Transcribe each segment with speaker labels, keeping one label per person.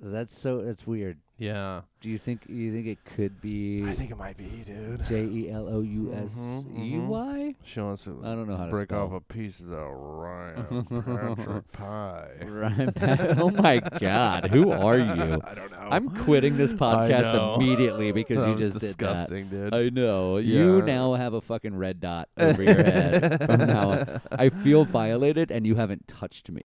Speaker 1: That's so. That's weird.
Speaker 2: Yeah.
Speaker 1: Do you think you think it could be
Speaker 2: I think it might be, dude.
Speaker 1: J E L O U S E
Speaker 2: Mhm,
Speaker 1: Y?
Speaker 2: She wants to
Speaker 1: I don't know how to
Speaker 2: break
Speaker 1: spell.
Speaker 2: off a piece of the Ryan Patrick pie.
Speaker 1: Ryan Pat- oh my God, who are you?
Speaker 2: I don't know.
Speaker 1: I'm quitting this
Speaker 2: know.
Speaker 1: podcast immediately because
Speaker 2: That
Speaker 1: you
Speaker 2: was
Speaker 1: just
Speaker 2: disgusting,
Speaker 1: did
Speaker 2: dude.
Speaker 1: that. I know. You
Speaker 2: Yeah.
Speaker 1: now have a fucking red dot over your head from now on. I feel violated and you haven't touched me.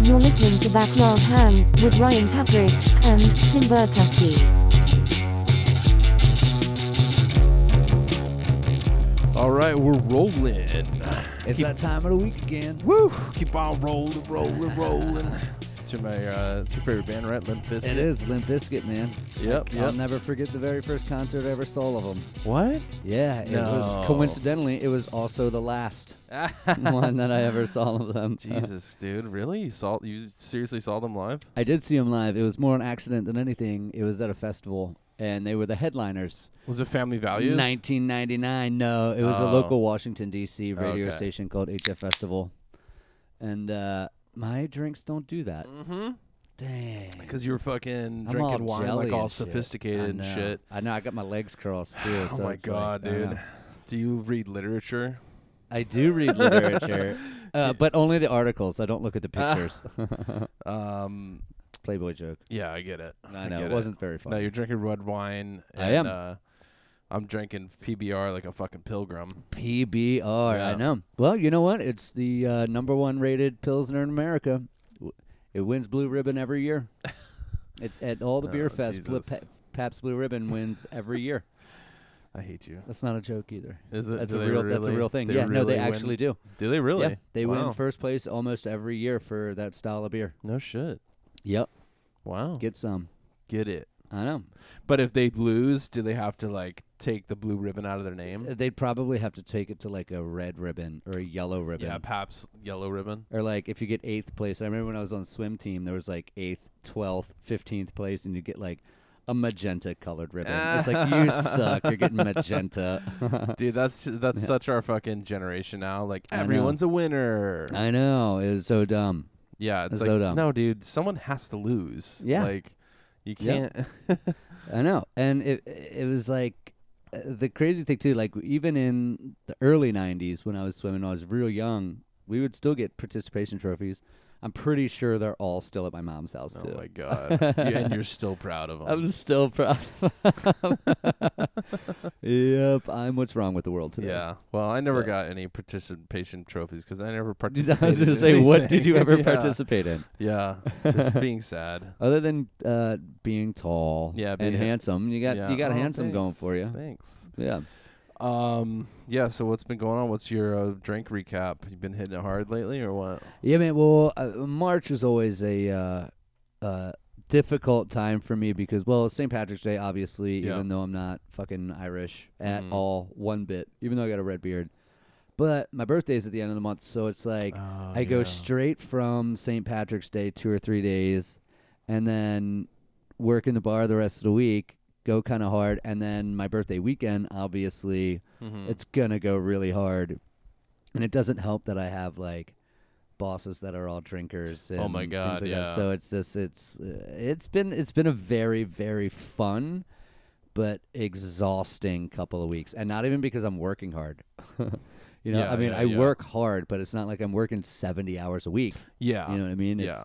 Speaker 3: You're listening to Backlog Hang with Ryan Patrick and Tim Burkowski.
Speaker 2: All right, we're rolling.
Speaker 1: It's that time of the week again.
Speaker 2: Woo! Keep on rolling, rolling, rolling. it's your my uh, it's your favorite band, right? Limp Bizkit.
Speaker 1: It is Limp Bizkit, man.
Speaker 2: Yep.
Speaker 1: I'll
Speaker 2: Yep.
Speaker 1: never forget the very first concert I ever saw of them.
Speaker 2: What?
Speaker 1: Yeah, it
Speaker 2: No.
Speaker 1: was coincidentally, it was also the last one that I ever saw of them.
Speaker 2: Jesus, dude, really? You saw you seriously saw them live?
Speaker 1: I did see them live. It was more an accident than anything. It was at a festival, and they were the headliners.
Speaker 2: Was it Family Values?
Speaker 1: 1999. No, it was a
Speaker 2: Oh.
Speaker 1: local Washington D.C. radio
Speaker 2: Okay.
Speaker 1: station called HF Festival, and uh, my drinks don't do that.
Speaker 2: Mm-hmm.
Speaker 1: Dang.
Speaker 2: Because you were fucking
Speaker 1: I'm all
Speaker 2: drinking wine
Speaker 1: jelly
Speaker 2: like all
Speaker 1: and shit. I
Speaker 2: sophisticated and
Speaker 1: know.
Speaker 2: shit.
Speaker 1: I know. I got my legs crossed too.
Speaker 2: Oh
Speaker 1: so
Speaker 2: my
Speaker 1: it's like, uh.
Speaker 2: god,
Speaker 1: I
Speaker 2: dude.
Speaker 1: know.
Speaker 2: Do you read literature?
Speaker 1: I do read literature, uh, but only the articles. I don't look at the
Speaker 2: Ah.
Speaker 1: pictures.
Speaker 2: Um,
Speaker 1: Playboy joke.
Speaker 2: yeah, I get it.
Speaker 1: I know
Speaker 2: get
Speaker 1: it wasn't very
Speaker 2: No,
Speaker 1: funny.
Speaker 2: you're drinking red wine. And,
Speaker 1: I am.
Speaker 2: Uh, I'm drinking PBR like a fucking pilgrim.
Speaker 1: PBR. I
Speaker 2: Yeah.
Speaker 1: know. Well, you know what? It's the uh, number one rated pilsner in America. W- It wins Blue Ribbon every year. at, at all the beer
Speaker 2: Oh,
Speaker 1: fests, Blue
Speaker 2: Jesus.
Speaker 1: Pa- Pabst Blue Ribbon wins every year.
Speaker 2: I hate you.
Speaker 1: That's not a joke either.
Speaker 2: Is it?
Speaker 1: That's a
Speaker 2: do they
Speaker 1: real.
Speaker 2: Really,
Speaker 1: that's a real thing.
Speaker 2: they
Speaker 1: yeah. no, they
Speaker 2: really win?
Speaker 1: actually do.
Speaker 2: Do they really?
Speaker 1: Yeah, they
Speaker 2: Wow.
Speaker 1: win first place almost every year for that style of beer.
Speaker 2: No shit.
Speaker 1: Yep.
Speaker 2: Wow. Get,
Speaker 1: Get some.
Speaker 2: it.
Speaker 1: I know.
Speaker 2: But if they lose, do they have to like take the blue ribbon out of their name?
Speaker 1: They'd probably have to take it to like a red ribbon or a yellow ribbon.
Speaker 2: yeah, Paps yellow ribbon.
Speaker 1: Or like if you get eighth place, I remember when I was on swim team, there was like eighth, twelfth, fifteenth place, and you get like a magenta colored ribbon. it's like you suck. You're getting magenta.
Speaker 2: Dude, that's ju- that's such our fucking generation now. Like
Speaker 1: I know.
Speaker 2: everyone's a winner.
Speaker 1: I know. It was so dumb.
Speaker 2: yeah, it's
Speaker 1: So
Speaker 2: like
Speaker 1: dumb.
Speaker 2: no, dude, someone has to lose.
Speaker 1: Yeah.
Speaker 2: like you
Speaker 1: Yeah.
Speaker 2: can't. Oh
Speaker 1: I know. And it it was like uh, the crazy thing too. Like even in the early '90s, when I was swimming, I was real young. We would still get participation trophies. I'm pretty sure they're all still at my mom's house too.
Speaker 2: oh my god, You- and you're still proud of them.
Speaker 1: I'm still proud. of yep, I'm what's wrong with the world today.
Speaker 2: Yeah. Well, I never
Speaker 1: Yeah.
Speaker 2: got any participation trophies because I never participated.
Speaker 1: I was
Speaker 2: in
Speaker 1: gonna say, what did you ever
Speaker 2: anything. yeah.
Speaker 1: participate in,
Speaker 2: Yeah. Just being sad.
Speaker 1: other than uh, being tall?
Speaker 2: Yeah,
Speaker 1: and
Speaker 2: being-
Speaker 1: handsome. You got
Speaker 2: yeah.
Speaker 1: you got
Speaker 2: Oh,
Speaker 1: handsome going
Speaker 2: thanks.
Speaker 1: for you.
Speaker 2: Thanks.
Speaker 1: Yeah,
Speaker 2: Um. Yeah. So what's been going on? What's your uh, drink recap? You been hitting it hard lately, or what?
Speaker 1: yeah, man. Well, uh, March is always a uh, uh, difficult time for me because well, it's St. Patrick's Day, obviously.
Speaker 2: Yeah.
Speaker 1: Even though I'm not fucking Irish at
Speaker 2: Mhm.
Speaker 1: all, one bit. Even though I got a red beard, but my birthday is at the end of the month, so it's like.
Speaker 2: Oh,
Speaker 1: I go straight from St. Patrick's Day two or three days, and then work in the bar the rest of the week. Go kind of hard, and then my birthday weekend. Obviously,
Speaker 2: Mhm.
Speaker 1: it's gonna go really hard, and it doesn't help that I have like bosses that are all drinkers. And
Speaker 2: Oh my
Speaker 1: things
Speaker 2: God,
Speaker 1: like
Speaker 2: yeah.
Speaker 1: That. So it's just it's uh, it's been it's been a very very fun, but exhausting couple of weeks, and not even because I'm working hard. You know,
Speaker 2: Yeah,
Speaker 1: I mean,
Speaker 2: yeah,
Speaker 1: I
Speaker 2: yeah.
Speaker 1: work hard, but it's not like I'm working 70 hours a week.
Speaker 2: Yeah.
Speaker 1: You know what I mean?
Speaker 2: Ah, yeah.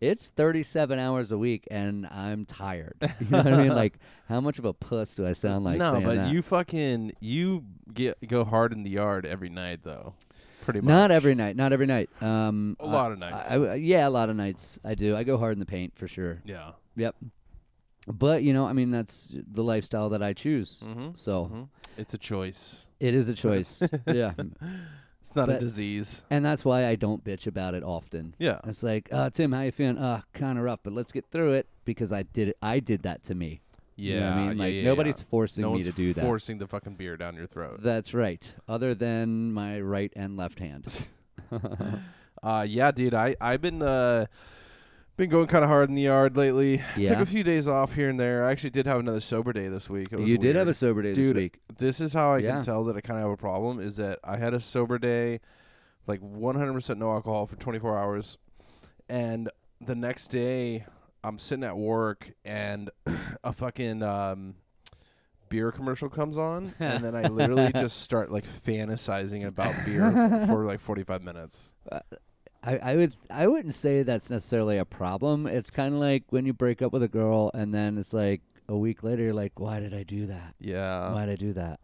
Speaker 1: It's, it's 37 hours a week, and I'm tired. You know what I mean? Like, how much of a puss do I sound like?
Speaker 2: no,
Speaker 1: saying
Speaker 2: but
Speaker 1: that?
Speaker 2: you fucking you get go hard in the yard every night though. Pretty much.
Speaker 1: Not every night. Not every night. Um,
Speaker 2: A
Speaker 1: I-
Speaker 2: lot of
Speaker 1: I-
Speaker 2: nights.
Speaker 1: I- yeah, a lot of nights. I do. I go hard in the paint for sure.
Speaker 2: yeah.
Speaker 1: Yep. But you know, I mean, that's the lifestyle that I choose.
Speaker 2: Mhm.
Speaker 1: So
Speaker 2: Mhm. It's a choice.
Speaker 1: it is a choice. yeah,
Speaker 2: It's not a
Speaker 1: But-
Speaker 2: disease.
Speaker 1: and that's why I don't bitch about it often.
Speaker 2: Yeah.
Speaker 1: It's like, uh, Tim, how you feeling? Uh, kind of rough, but let's get through it because I did it. I did that to me.
Speaker 2: Yeah.
Speaker 1: you know what I mean,
Speaker 2: yeah,
Speaker 1: like
Speaker 2: yeah,
Speaker 1: nobody's
Speaker 2: yeah.
Speaker 1: forcing
Speaker 2: no
Speaker 1: me
Speaker 2: one's
Speaker 1: to do that.
Speaker 2: Forcing the fucking beer down your throat.
Speaker 1: That's right. Other than my right and left hand.
Speaker 2: Uh, yeah, dude. I I've been uh, Been going kind of hard in the yard lately. Took
Speaker 1: Yeah.
Speaker 2: a few days off here and there. I actually did have another sober day this week. It was
Speaker 1: You did have a
Speaker 2: weird.
Speaker 1: sober day
Speaker 2: Dude,
Speaker 1: this week.
Speaker 2: This is how I
Speaker 1: Yeah.
Speaker 2: can tell that I kind of have a problem is that I had a sober day, like 100% no alcohol for 24 hours, and the next day I'm sitting at work and a fucking um, beer commercial comes on, and then I literally just start like fantasizing about beer f- for like 45 minutes.
Speaker 1: I, I would I wouldn't say that's necessarily a problem. It's kind of like when you break up with a girl and then it's like a week later you're like, why did I do that?
Speaker 2: Yeah,
Speaker 1: why did I do that?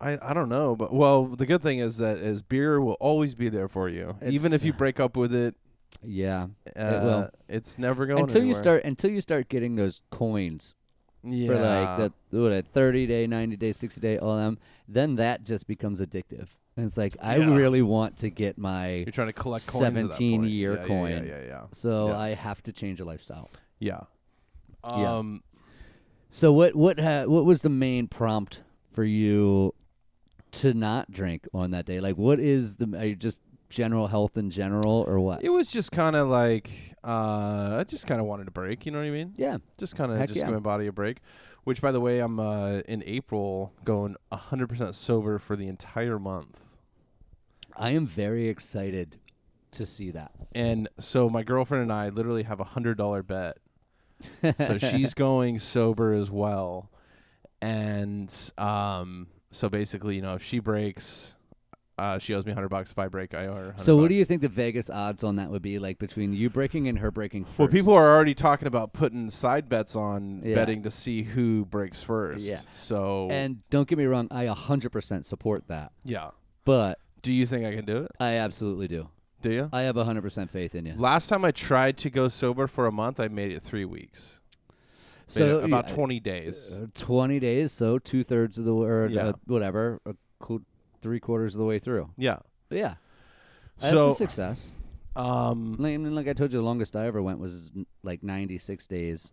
Speaker 2: I, I don't know, but well, the good thing is that is beer will always be there for you, even
Speaker 1: It's-
Speaker 2: if you break up with it.
Speaker 1: Yeah.
Speaker 2: Uh,
Speaker 1: will.
Speaker 2: It's never going
Speaker 1: Until you
Speaker 2: anywhere.
Speaker 1: start until you start getting those coins
Speaker 2: yeah.
Speaker 1: for like the what a thirty day, ninety day, sixty day, all them, then that just becomes addictive. And it's like I
Speaker 2: Yeah.
Speaker 1: really want to get my
Speaker 2: You're trying to collect coins.
Speaker 1: 17 year
Speaker 2: yeah,
Speaker 1: coin.
Speaker 2: Yeah, yeah,
Speaker 1: so
Speaker 2: Yeah.
Speaker 1: I have to change a lifestyle.
Speaker 2: yeah. Yeah.
Speaker 1: Yeah.
Speaker 2: Um,
Speaker 1: So what what ha- what was the main prompt for you to not drink on that day? Like, what is the are you just general health in general or what?
Speaker 2: it was just kind of like uh, I just kind of wanted a break. You know what I mean?
Speaker 1: yeah,
Speaker 2: Just kind of
Speaker 1: Heck
Speaker 2: just
Speaker 1: yeah.
Speaker 2: give my body a break. Which, by the way, I'm uh, in April going 100% sober for the entire month.
Speaker 1: I am very excited to see that.
Speaker 2: And so my girlfriend and I literally have a hundred dollar bet. so she's going sober as well. And um so basically, you know, if she breaks, uh she owes me hundred bucks. If I break, I owe her 100
Speaker 1: So, what do
Speaker 2: bucks.
Speaker 1: you think the Vegas odds on that would be? Like between you breaking and her breaking first.
Speaker 2: Well, people are already talking about putting side bets on
Speaker 1: Yeah.
Speaker 2: betting to see who breaks first.
Speaker 1: Yeah.
Speaker 2: So
Speaker 1: And don't get me wrong, I 100% support that,
Speaker 2: yeah.
Speaker 1: but
Speaker 2: Do you think I can do it?
Speaker 1: I absolutely do.
Speaker 2: Do you?
Speaker 1: I have 100% faith in you.
Speaker 2: Last time I tried to go sober for a month, I made it three weeks. Made
Speaker 1: So
Speaker 2: it about
Speaker 1: you-
Speaker 2: twenty days.
Speaker 1: uh, 20 days, so two thirds of the way, or
Speaker 2: Yeah.
Speaker 1: uh, whatever, a qu- three quarters of the way through.
Speaker 2: yeah.
Speaker 1: Yeah. That's
Speaker 2: So
Speaker 1: a success.
Speaker 2: um
Speaker 1: Like, I mean, like I told you, the longest I ever went was n- like 96 days.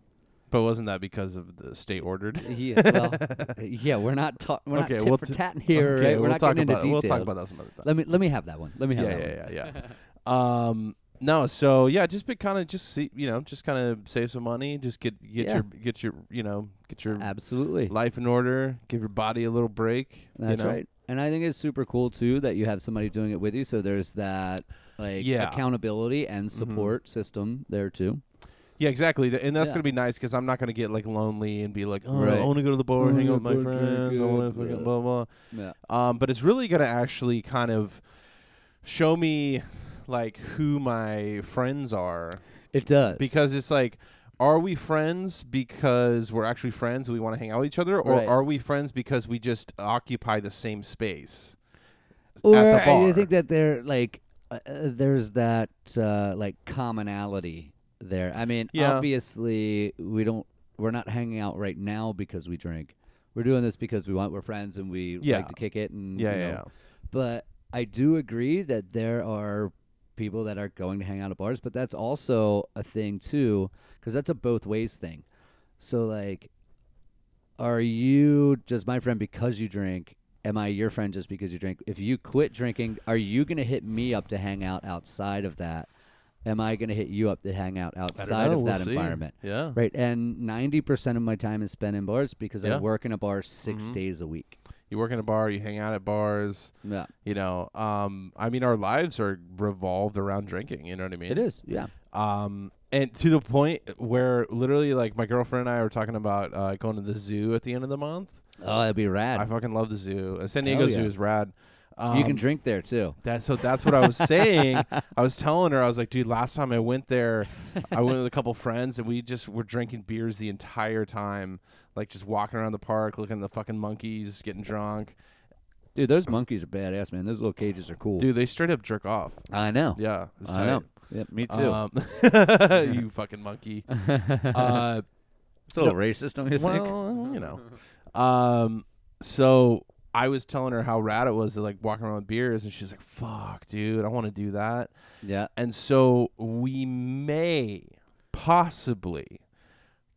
Speaker 2: But wasn't that because of the state ordered?
Speaker 1: Yeah, well, yeah we're not ta- we're
Speaker 2: Okay,
Speaker 1: not tit
Speaker 2: we'll
Speaker 1: for
Speaker 2: t-
Speaker 1: tatting here,
Speaker 2: Okay,
Speaker 1: right? We're
Speaker 2: we'll
Speaker 1: not
Speaker 2: talk
Speaker 1: getting into
Speaker 2: about
Speaker 1: details.
Speaker 2: we'll talk about that some other time.
Speaker 1: let me let me have that one. Let me have
Speaker 2: yeah,
Speaker 1: that one.
Speaker 2: yeah, yeah, yeah. um, no, so yeah, just be kind of just see, you know, just kind of save some money, just get get
Speaker 1: Yeah.
Speaker 2: your get your you know get your
Speaker 1: Absolutely.
Speaker 2: life in order, give your body a little break.
Speaker 1: That's
Speaker 2: you know?
Speaker 1: right. And I think it's super cool too that you have somebody doing it with you. So there's that like
Speaker 2: Yeah. Mm-hmm.
Speaker 1: accountability and support system there too.
Speaker 2: Yeah, exactly. Th- And that's
Speaker 1: Yeah.
Speaker 2: gonna be nice because I'm not gonna get like lonely and be like, oh,
Speaker 1: Right. Oh,
Speaker 2: I want to go to the bar,
Speaker 1: Wanna
Speaker 2: hang out with
Speaker 1: go
Speaker 2: my
Speaker 1: drink
Speaker 2: friends, I
Speaker 1: it,
Speaker 2: want to fucking
Speaker 1: blah.
Speaker 2: blah blah.
Speaker 1: Yeah.
Speaker 2: Um, but it's really gonna actually kind of show me like who my friends are
Speaker 1: It does.
Speaker 2: because it's like are we friends because we're actually friends and we want to hang out with each other or
Speaker 1: Right.
Speaker 2: are we friends because we just occupy the same space
Speaker 1: or
Speaker 2: the
Speaker 1: I
Speaker 2: bar.
Speaker 1: think that there like uh, uh, there's that uh, like commonality there. I mean,
Speaker 2: Yeah.
Speaker 1: obviously we don't we're not hanging out right now because we drink. We're doing this because we want we're friends and we
Speaker 2: Yeah.
Speaker 1: like to kick it and
Speaker 2: yeah
Speaker 1: you
Speaker 2: yeah,
Speaker 1: know. But I do agree that there are people that are going to hang out at bars, but that's also a thing too, because that's a both ways thing. So like, are you just my friend because you drink? Am I your friend just because you drink? If you quit drinking, are you gonna hit me up to hang out outside of that? Am I gonna hit you up to hang out outside of that environment?
Speaker 2: yeah
Speaker 1: Right, and ninety percent of my time is spent in bars because I
Speaker 2: Yeah. Mm-hmm.
Speaker 1: work in a bar 6 days a week.
Speaker 2: you work in a bar you hang out at bars
Speaker 1: Yeah,
Speaker 2: you know um i mean our lives are revolved around drinking you know what i mean
Speaker 1: it is. Yeah,
Speaker 2: um and to the point where literally like my girlfriend and i were talking about uh, going to the zoo at the end of the month
Speaker 1: oh, it'd be rad.
Speaker 2: i fucking love the zoo Uh, san
Speaker 1: Hell
Speaker 2: diego zoo
Speaker 1: yeah.
Speaker 2: is rad um,
Speaker 1: You can drink there too.
Speaker 2: That so that's what I was saying. I was telling her I was like, dude, last time I went there, I went with a couple friends and we just were drinking beers the entire time, like just walking around the park, looking at the fucking monkeys, getting drunk.
Speaker 1: Dude, those monkeys are badass, man. Those little cages are cool.
Speaker 2: Dude, they straight up jerk off.
Speaker 1: I know.
Speaker 2: Yeah, it's
Speaker 1: I
Speaker 2: tight.
Speaker 1: know. Uh, Yep, me too.
Speaker 2: Um, you fucking monkey. Uh,
Speaker 1: it's a little racist, don't you think?
Speaker 2: well, you know. Um, so I was telling her how rad it was to like walking around with beers, and she's like, "Fuck, dude, I want to do that."
Speaker 1: Yeah.
Speaker 2: And so we may possibly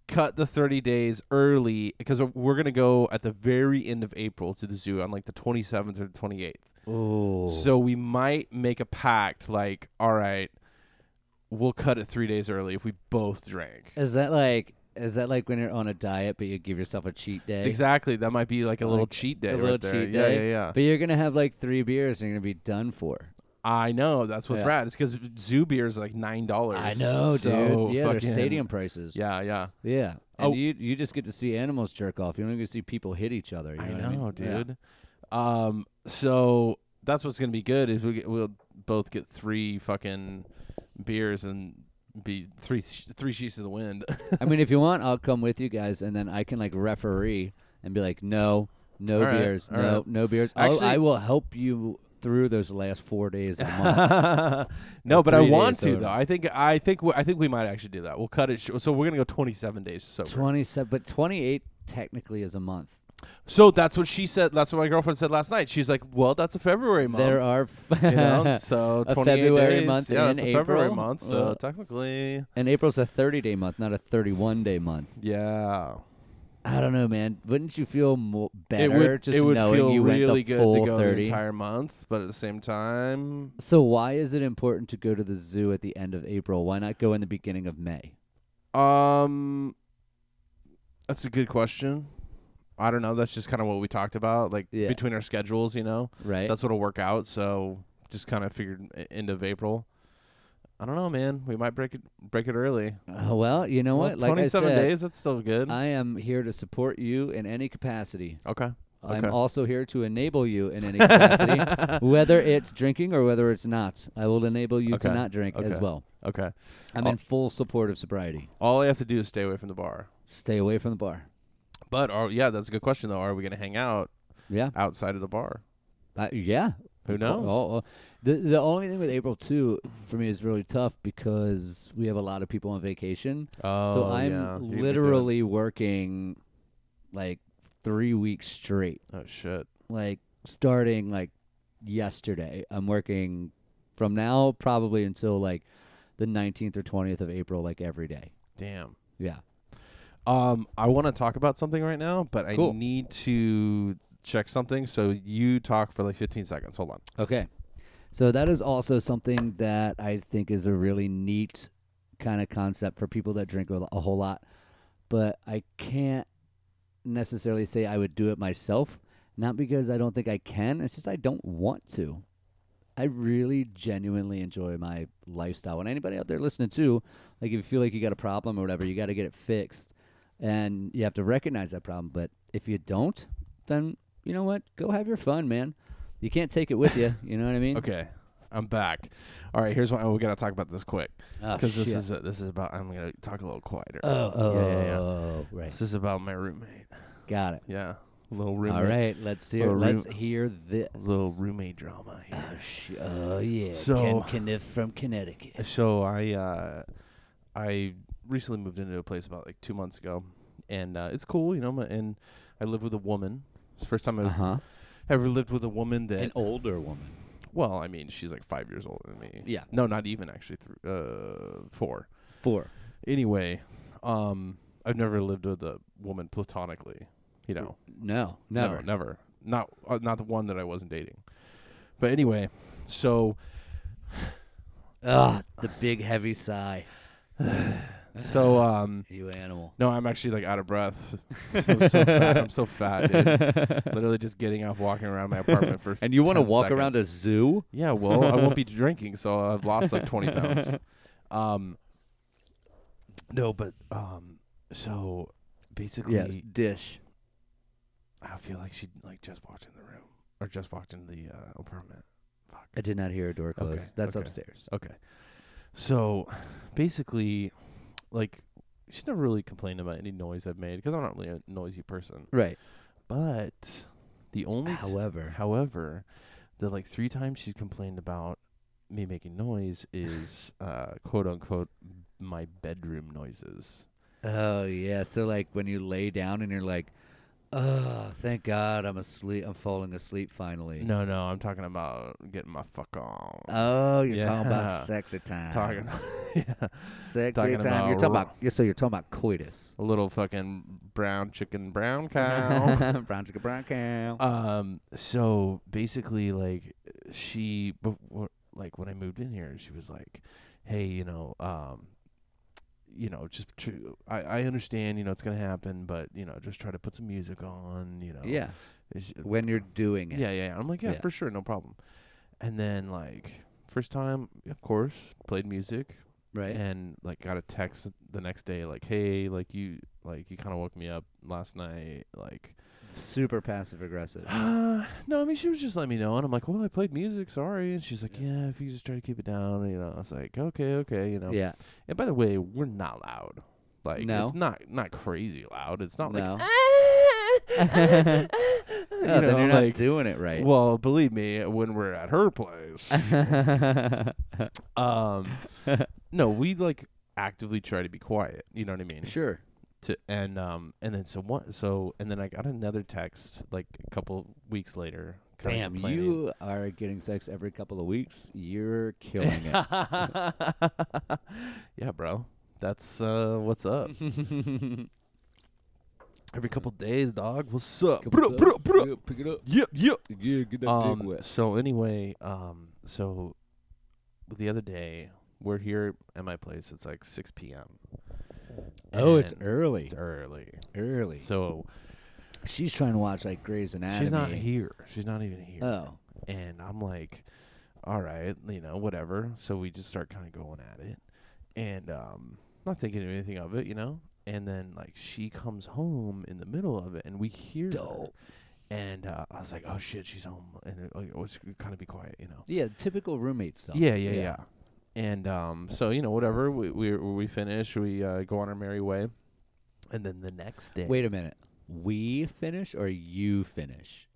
Speaker 2: cut the 30 days early because we're going to go at the very end of April to the zoo on like the 27th or the 28th.
Speaker 1: Oh.
Speaker 2: So we might make a pact like, all right, we'll cut it three days early if we both drank.
Speaker 1: Is that like is that like when you're on a diet but you give yourself a cheat day?
Speaker 2: Exactly. That might be like a little
Speaker 1: Like,
Speaker 2: cheat day
Speaker 1: a
Speaker 2: right
Speaker 1: little
Speaker 2: there.
Speaker 1: cheat
Speaker 2: yeah,
Speaker 1: day.
Speaker 2: yeah, yeah.
Speaker 1: But you're gonna have like three beers and you're gonna be done for.
Speaker 2: I know. That's what's
Speaker 1: Yeah.
Speaker 2: rad. It's because zoo beer is like nine dollars.
Speaker 1: I know,
Speaker 2: so
Speaker 1: dude. Yeah,
Speaker 2: fucking,
Speaker 1: they're stadium prices. Yeah.
Speaker 2: Yeah, yeah.
Speaker 1: Yeah. And
Speaker 2: Oh.
Speaker 1: you you just get to see animals jerk off. You don't even get to see people hit each other. You
Speaker 2: I
Speaker 1: know, what
Speaker 2: know,
Speaker 1: mean? Yeah.
Speaker 2: dude. Um, so that's what's gonna be good is we get, we'll both get three fucking beers and be three sh- three sheets of the wind.
Speaker 1: I mean, if you want, I'll come with you guys, and then I can like referee and be like, no, no
Speaker 2: All right,
Speaker 1: beers,
Speaker 2: all
Speaker 1: no,
Speaker 2: right.
Speaker 1: no beers. I'll,
Speaker 2: Actually-
Speaker 1: I will help you through those last four days of the month.
Speaker 2: no, but I
Speaker 1: Three
Speaker 2: want
Speaker 1: days
Speaker 2: to
Speaker 1: sober.
Speaker 2: though. I think I think we, I think we might actually do that. We'll cut it. short. So we're gonna go twenty seven days sober.
Speaker 1: Twenty seven, but twenty eight technically is a month.
Speaker 2: So that's what she said. That's what my girlfriend said last night. She's like, "Well, that's a February month."
Speaker 1: There are, f-
Speaker 2: you know? So
Speaker 1: A
Speaker 2: 28
Speaker 1: February
Speaker 2: days.
Speaker 1: month
Speaker 2: yeah,
Speaker 1: and
Speaker 2: it's a February
Speaker 1: April.
Speaker 2: month. So
Speaker 1: Uh,
Speaker 2: technically,
Speaker 1: and April's a thirty day month, not a thirty one day month.
Speaker 2: yeah,
Speaker 1: I don't know, man. Wouldn't you feel mo- better
Speaker 2: it would
Speaker 1: just
Speaker 2: it would
Speaker 1: knowing
Speaker 2: feel
Speaker 1: you
Speaker 2: really
Speaker 1: went the
Speaker 2: good
Speaker 1: full
Speaker 2: to go the
Speaker 1: thirty?
Speaker 2: entire month, but at the same time,
Speaker 1: so why is it important to go to the zoo at the end of April? Why not go in the beginning of May?
Speaker 2: um, that's a good question. I don't know. That's just kind of what we talked about, like
Speaker 1: Yeah.
Speaker 2: between our schedules. You know,
Speaker 1: Right.
Speaker 2: that's what'll work out. So just kind of figured e- end of April. I don't know, man. We might break it break it early.
Speaker 1: Uh, well, you know
Speaker 2: Well,
Speaker 1: what? Like I
Speaker 2: Twenty-seven
Speaker 1: said,
Speaker 2: days. That's still good.
Speaker 1: I am here to support you in any capacity.
Speaker 2: okay.
Speaker 1: I'm
Speaker 2: Okay.
Speaker 1: also here to enable you in any capacity, whether it's drinking or whether it's not. I will enable you
Speaker 2: Okay,
Speaker 1: to not drink as
Speaker 2: okay.
Speaker 1: well.
Speaker 2: Okay.
Speaker 1: I'm
Speaker 2: Oh.
Speaker 1: in full support of sobriety.
Speaker 2: All I have to do is stay away from the bar.
Speaker 1: Stay away from the bar.
Speaker 2: But are yeah, that's a good question though. Are we gonna hang out
Speaker 1: Yeah,
Speaker 2: outside of the bar?
Speaker 1: I, yeah.
Speaker 2: Who knows?
Speaker 1: Oh, oh. The the only thing with April too for me is really tough because we have a lot of people on vacation.
Speaker 2: Oh,
Speaker 1: so I'm
Speaker 2: yeah. You'd be doing-
Speaker 1: literally working like three weeks straight.
Speaker 2: Oh shit.
Speaker 1: like starting like yesterday. I'm working from now probably until like the 19th or 20th of April, like every day.
Speaker 2: Damn.
Speaker 1: Yeah.
Speaker 2: Um, I want to talk about something right now, but
Speaker 1: Cool.
Speaker 2: I need to check something. So you talk for like 15 seconds. Hold on.
Speaker 1: Okay. So that is also something that I think is a really neat kind of concept for people that drink a lo- a whole lot, but I can't necessarily say I would do it myself. Not because I don't think I can, it's just I don't want to. I really genuinely enjoy my lifestyle. And anybody out there listening too, like if you feel like you got a problem or whatever, you got to get it fixed. And you have to recognize that problem. But if you don't, then you know what? Go have your fun, man. You can't take it with you. You know what I mean?
Speaker 2: Okay. I'm back. All right. Here's why we gotta talk about this quick
Speaker 1: Oh,
Speaker 2: because this
Speaker 1: shit.
Speaker 2: is this is about. I'm gonna talk a little quieter.
Speaker 1: Oh, oh,
Speaker 2: yeah, yeah, yeah.
Speaker 1: oh, right.
Speaker 2: This is about my roommate.
Speaker 1: Got it.
Speaker 2: Yeah, little roommate.
Speaker 1: All right, let's hear.
Speaker 2: Little
Speaker 1: let's
Speaker 2: room-
Speaker 1: hear this.
Speaker 2: Little roommate drama. Here.
Speaker 1: Oh, sh- oh yeah.
Speaker 2: So-
Speaker 1: Ken Kniff from Connecticut.
Speaker 2: So I uh, I recently moved into a place about like two months ago, and uh, it's cool, you know. My, and I live with a woman. It's the first time I've
Speaker 1: Uh huh.
Speaker 2: ever lived with a woman that.
Speaker 1: An older woman.
Speaker 2: well, I mean, she's like five years older than me.
Speaker 1: Yeah.
Speaker 2: No, not even actually. Th- uh, four.
Speaker 1: Four.
Speaker 2: Anyway, um, I've never lived with a woman platonically. You know.
Speaker 1: No, never.
Speaker 2: No, never. Not uh, not the one that I wasn't dating. But anyway, so
Speaker 1: Ugh, Ah, the big heavy sigh.
Speaker 2: so um.
Speaker 1: You animal.
Speaker 2: No, I'm actually like out of breath. I'm so fat. I'm so fat, dude. Literally just getting up, walking around my apartment for.
Speaker 1: And you
Speaker 2: want to
Speaker 1: walk around a zoo?
Speaker 2: Yeah, well, I won't be drinking, so I've lost like 20 pounds. Um, no, but um, so basically,
Speaker 1: Yes. Dish.
Speaker 2: I feel like she like just walked in the room or just walked in the uh, apartment. Fuck.
Speaker 1: I did not hear a door close.
Speaker 2: Okay,
Speaker 1: That's
Speaker 2: okay.
Speaker 1: upstairs.
Speaker 2: Okay. So basically, like, she never really complained about any noise I've made because I'm not really a noisy person.
Speaker 1: Right.
Speaker 2: But the only t-
Speaker 1: However,
Speaker 2: however, the like three times she complained about me making noise is uh quote unquote my bedroom noises.
Speaker 1: oh yeah. So like when you lay down and you're like, oh, thank God, I'm asleep. I'm falling asleep finally.
Speaker 2: No, no, I'm talking about getting my fuck on.
Speaker 1: Oh, you're talking
Speaker 2: Yeah.
Speaker 1: about sexy time.
Speaker 2: talking yeah,
Speaker 1: sexy
Speaker 2: talking
Speaker 1: time.
Speaker 2: about
Speaker 1: you're talking
Speaker 2: ro-
Speaker 1: about. yeah, So you're talking about coitus.
Speaker 2: a little fucking brown chicken brown cow.
Speaker 1: brown chicken, brown cow.
Speaker 2: Um. So basically, like she, before, like when I moved in here, she was like, hey, you know, um, you know, just tr- I I understand, you know, it's gonna happen, but you know, just try to put some music on, you know,
Speaker 1: Yeah.
Speaker 2: It's- uh,
Speaker 1: When you're doing it.
Speaker 2: yeah, yeah, yeah. I'm like, yeah,
Speaker 1: Yeah.
Speaker 2: for sure, no problem. And then like first time, of course, played music
Speaker 1: Right.
Speaker 2: and like got a text the next day like, hey, like you like you kind of woke me up last night, like.
Speaker 1: Super passive aggressive.
Speaker 2: Uh, no, I mean she was just letting me know, and I'm like, well, I played music, sorry. And she's like, yeah, if you just try to keep it down, you know. I was like, okay, okay, you know.
Speaker 1: Yeah.
Speaker 2: And by the way, we're not loud. Like
Speaker 1: No.
Speaker 2: it's not not crazy loud. It's not
Speaker 1: No.
Speaker 2: like you
Speaker 1: Oh, then
Speaker 2: know,
Speaker 1: you're
Speaker 2: like
Speaker 1: not doing it right.
Speaker 2: well, believe me, when we're at her place, um, no, we like actively try to be quiet. You know what I mean?
Speaker 1: sure.
Speaker 2: To and um and then so what? So and then I got another text like a couple weeks later. kinda
Speaker 1: Damn,
Speaker 2: complaining.
Speaker 1: you are getting sex every couple of weeks. You're killing it.
Speaker 2: yeah, bro. That's uh, what's up. Every couple days, dog. What's up? Bruh, bruh, bruh.
Speaker 1: Pick it up.
Speaker 2: Yep, yep.
Speaker 1: Yeah, get that dick
Speaker 2: Um,
Speaker 1: wet.
Speaker 2: so anyway, um, so the other day we're here at my place. It's like 6 p.m.
Speaker 1: Oh, it's
Speaker 2: And
Speaker 1: early.
Speaker 2: It's early.
Speaker 1: Early.
Speaker 2: So
Speaker 1: She's trying to watch like Grey's Anatomy.
Speaker 2: she's not here. She's not even here.
Speaker 1: Oh,
Speaker 2: and I'm like, all right, you know, whatever. So we just start kind of going at it, and um, not thinking of anything of it, you know. And then like she comes home in the middle of it, and we hear
Speaker 1: Dope.
Speaker 2: her, and uh, I was like, oh shit, she's home, and then, like, let's kind of be quiet, you know.
Speaker 1: yeah. Typical roommate stuff.
Speaker 2: Yeah, yeah, yeah, And um, so you know, whatever we we we finish, we uh, go on our merry way, and then the next day.
Speaker 1: Wait a minute. We finish or you finish?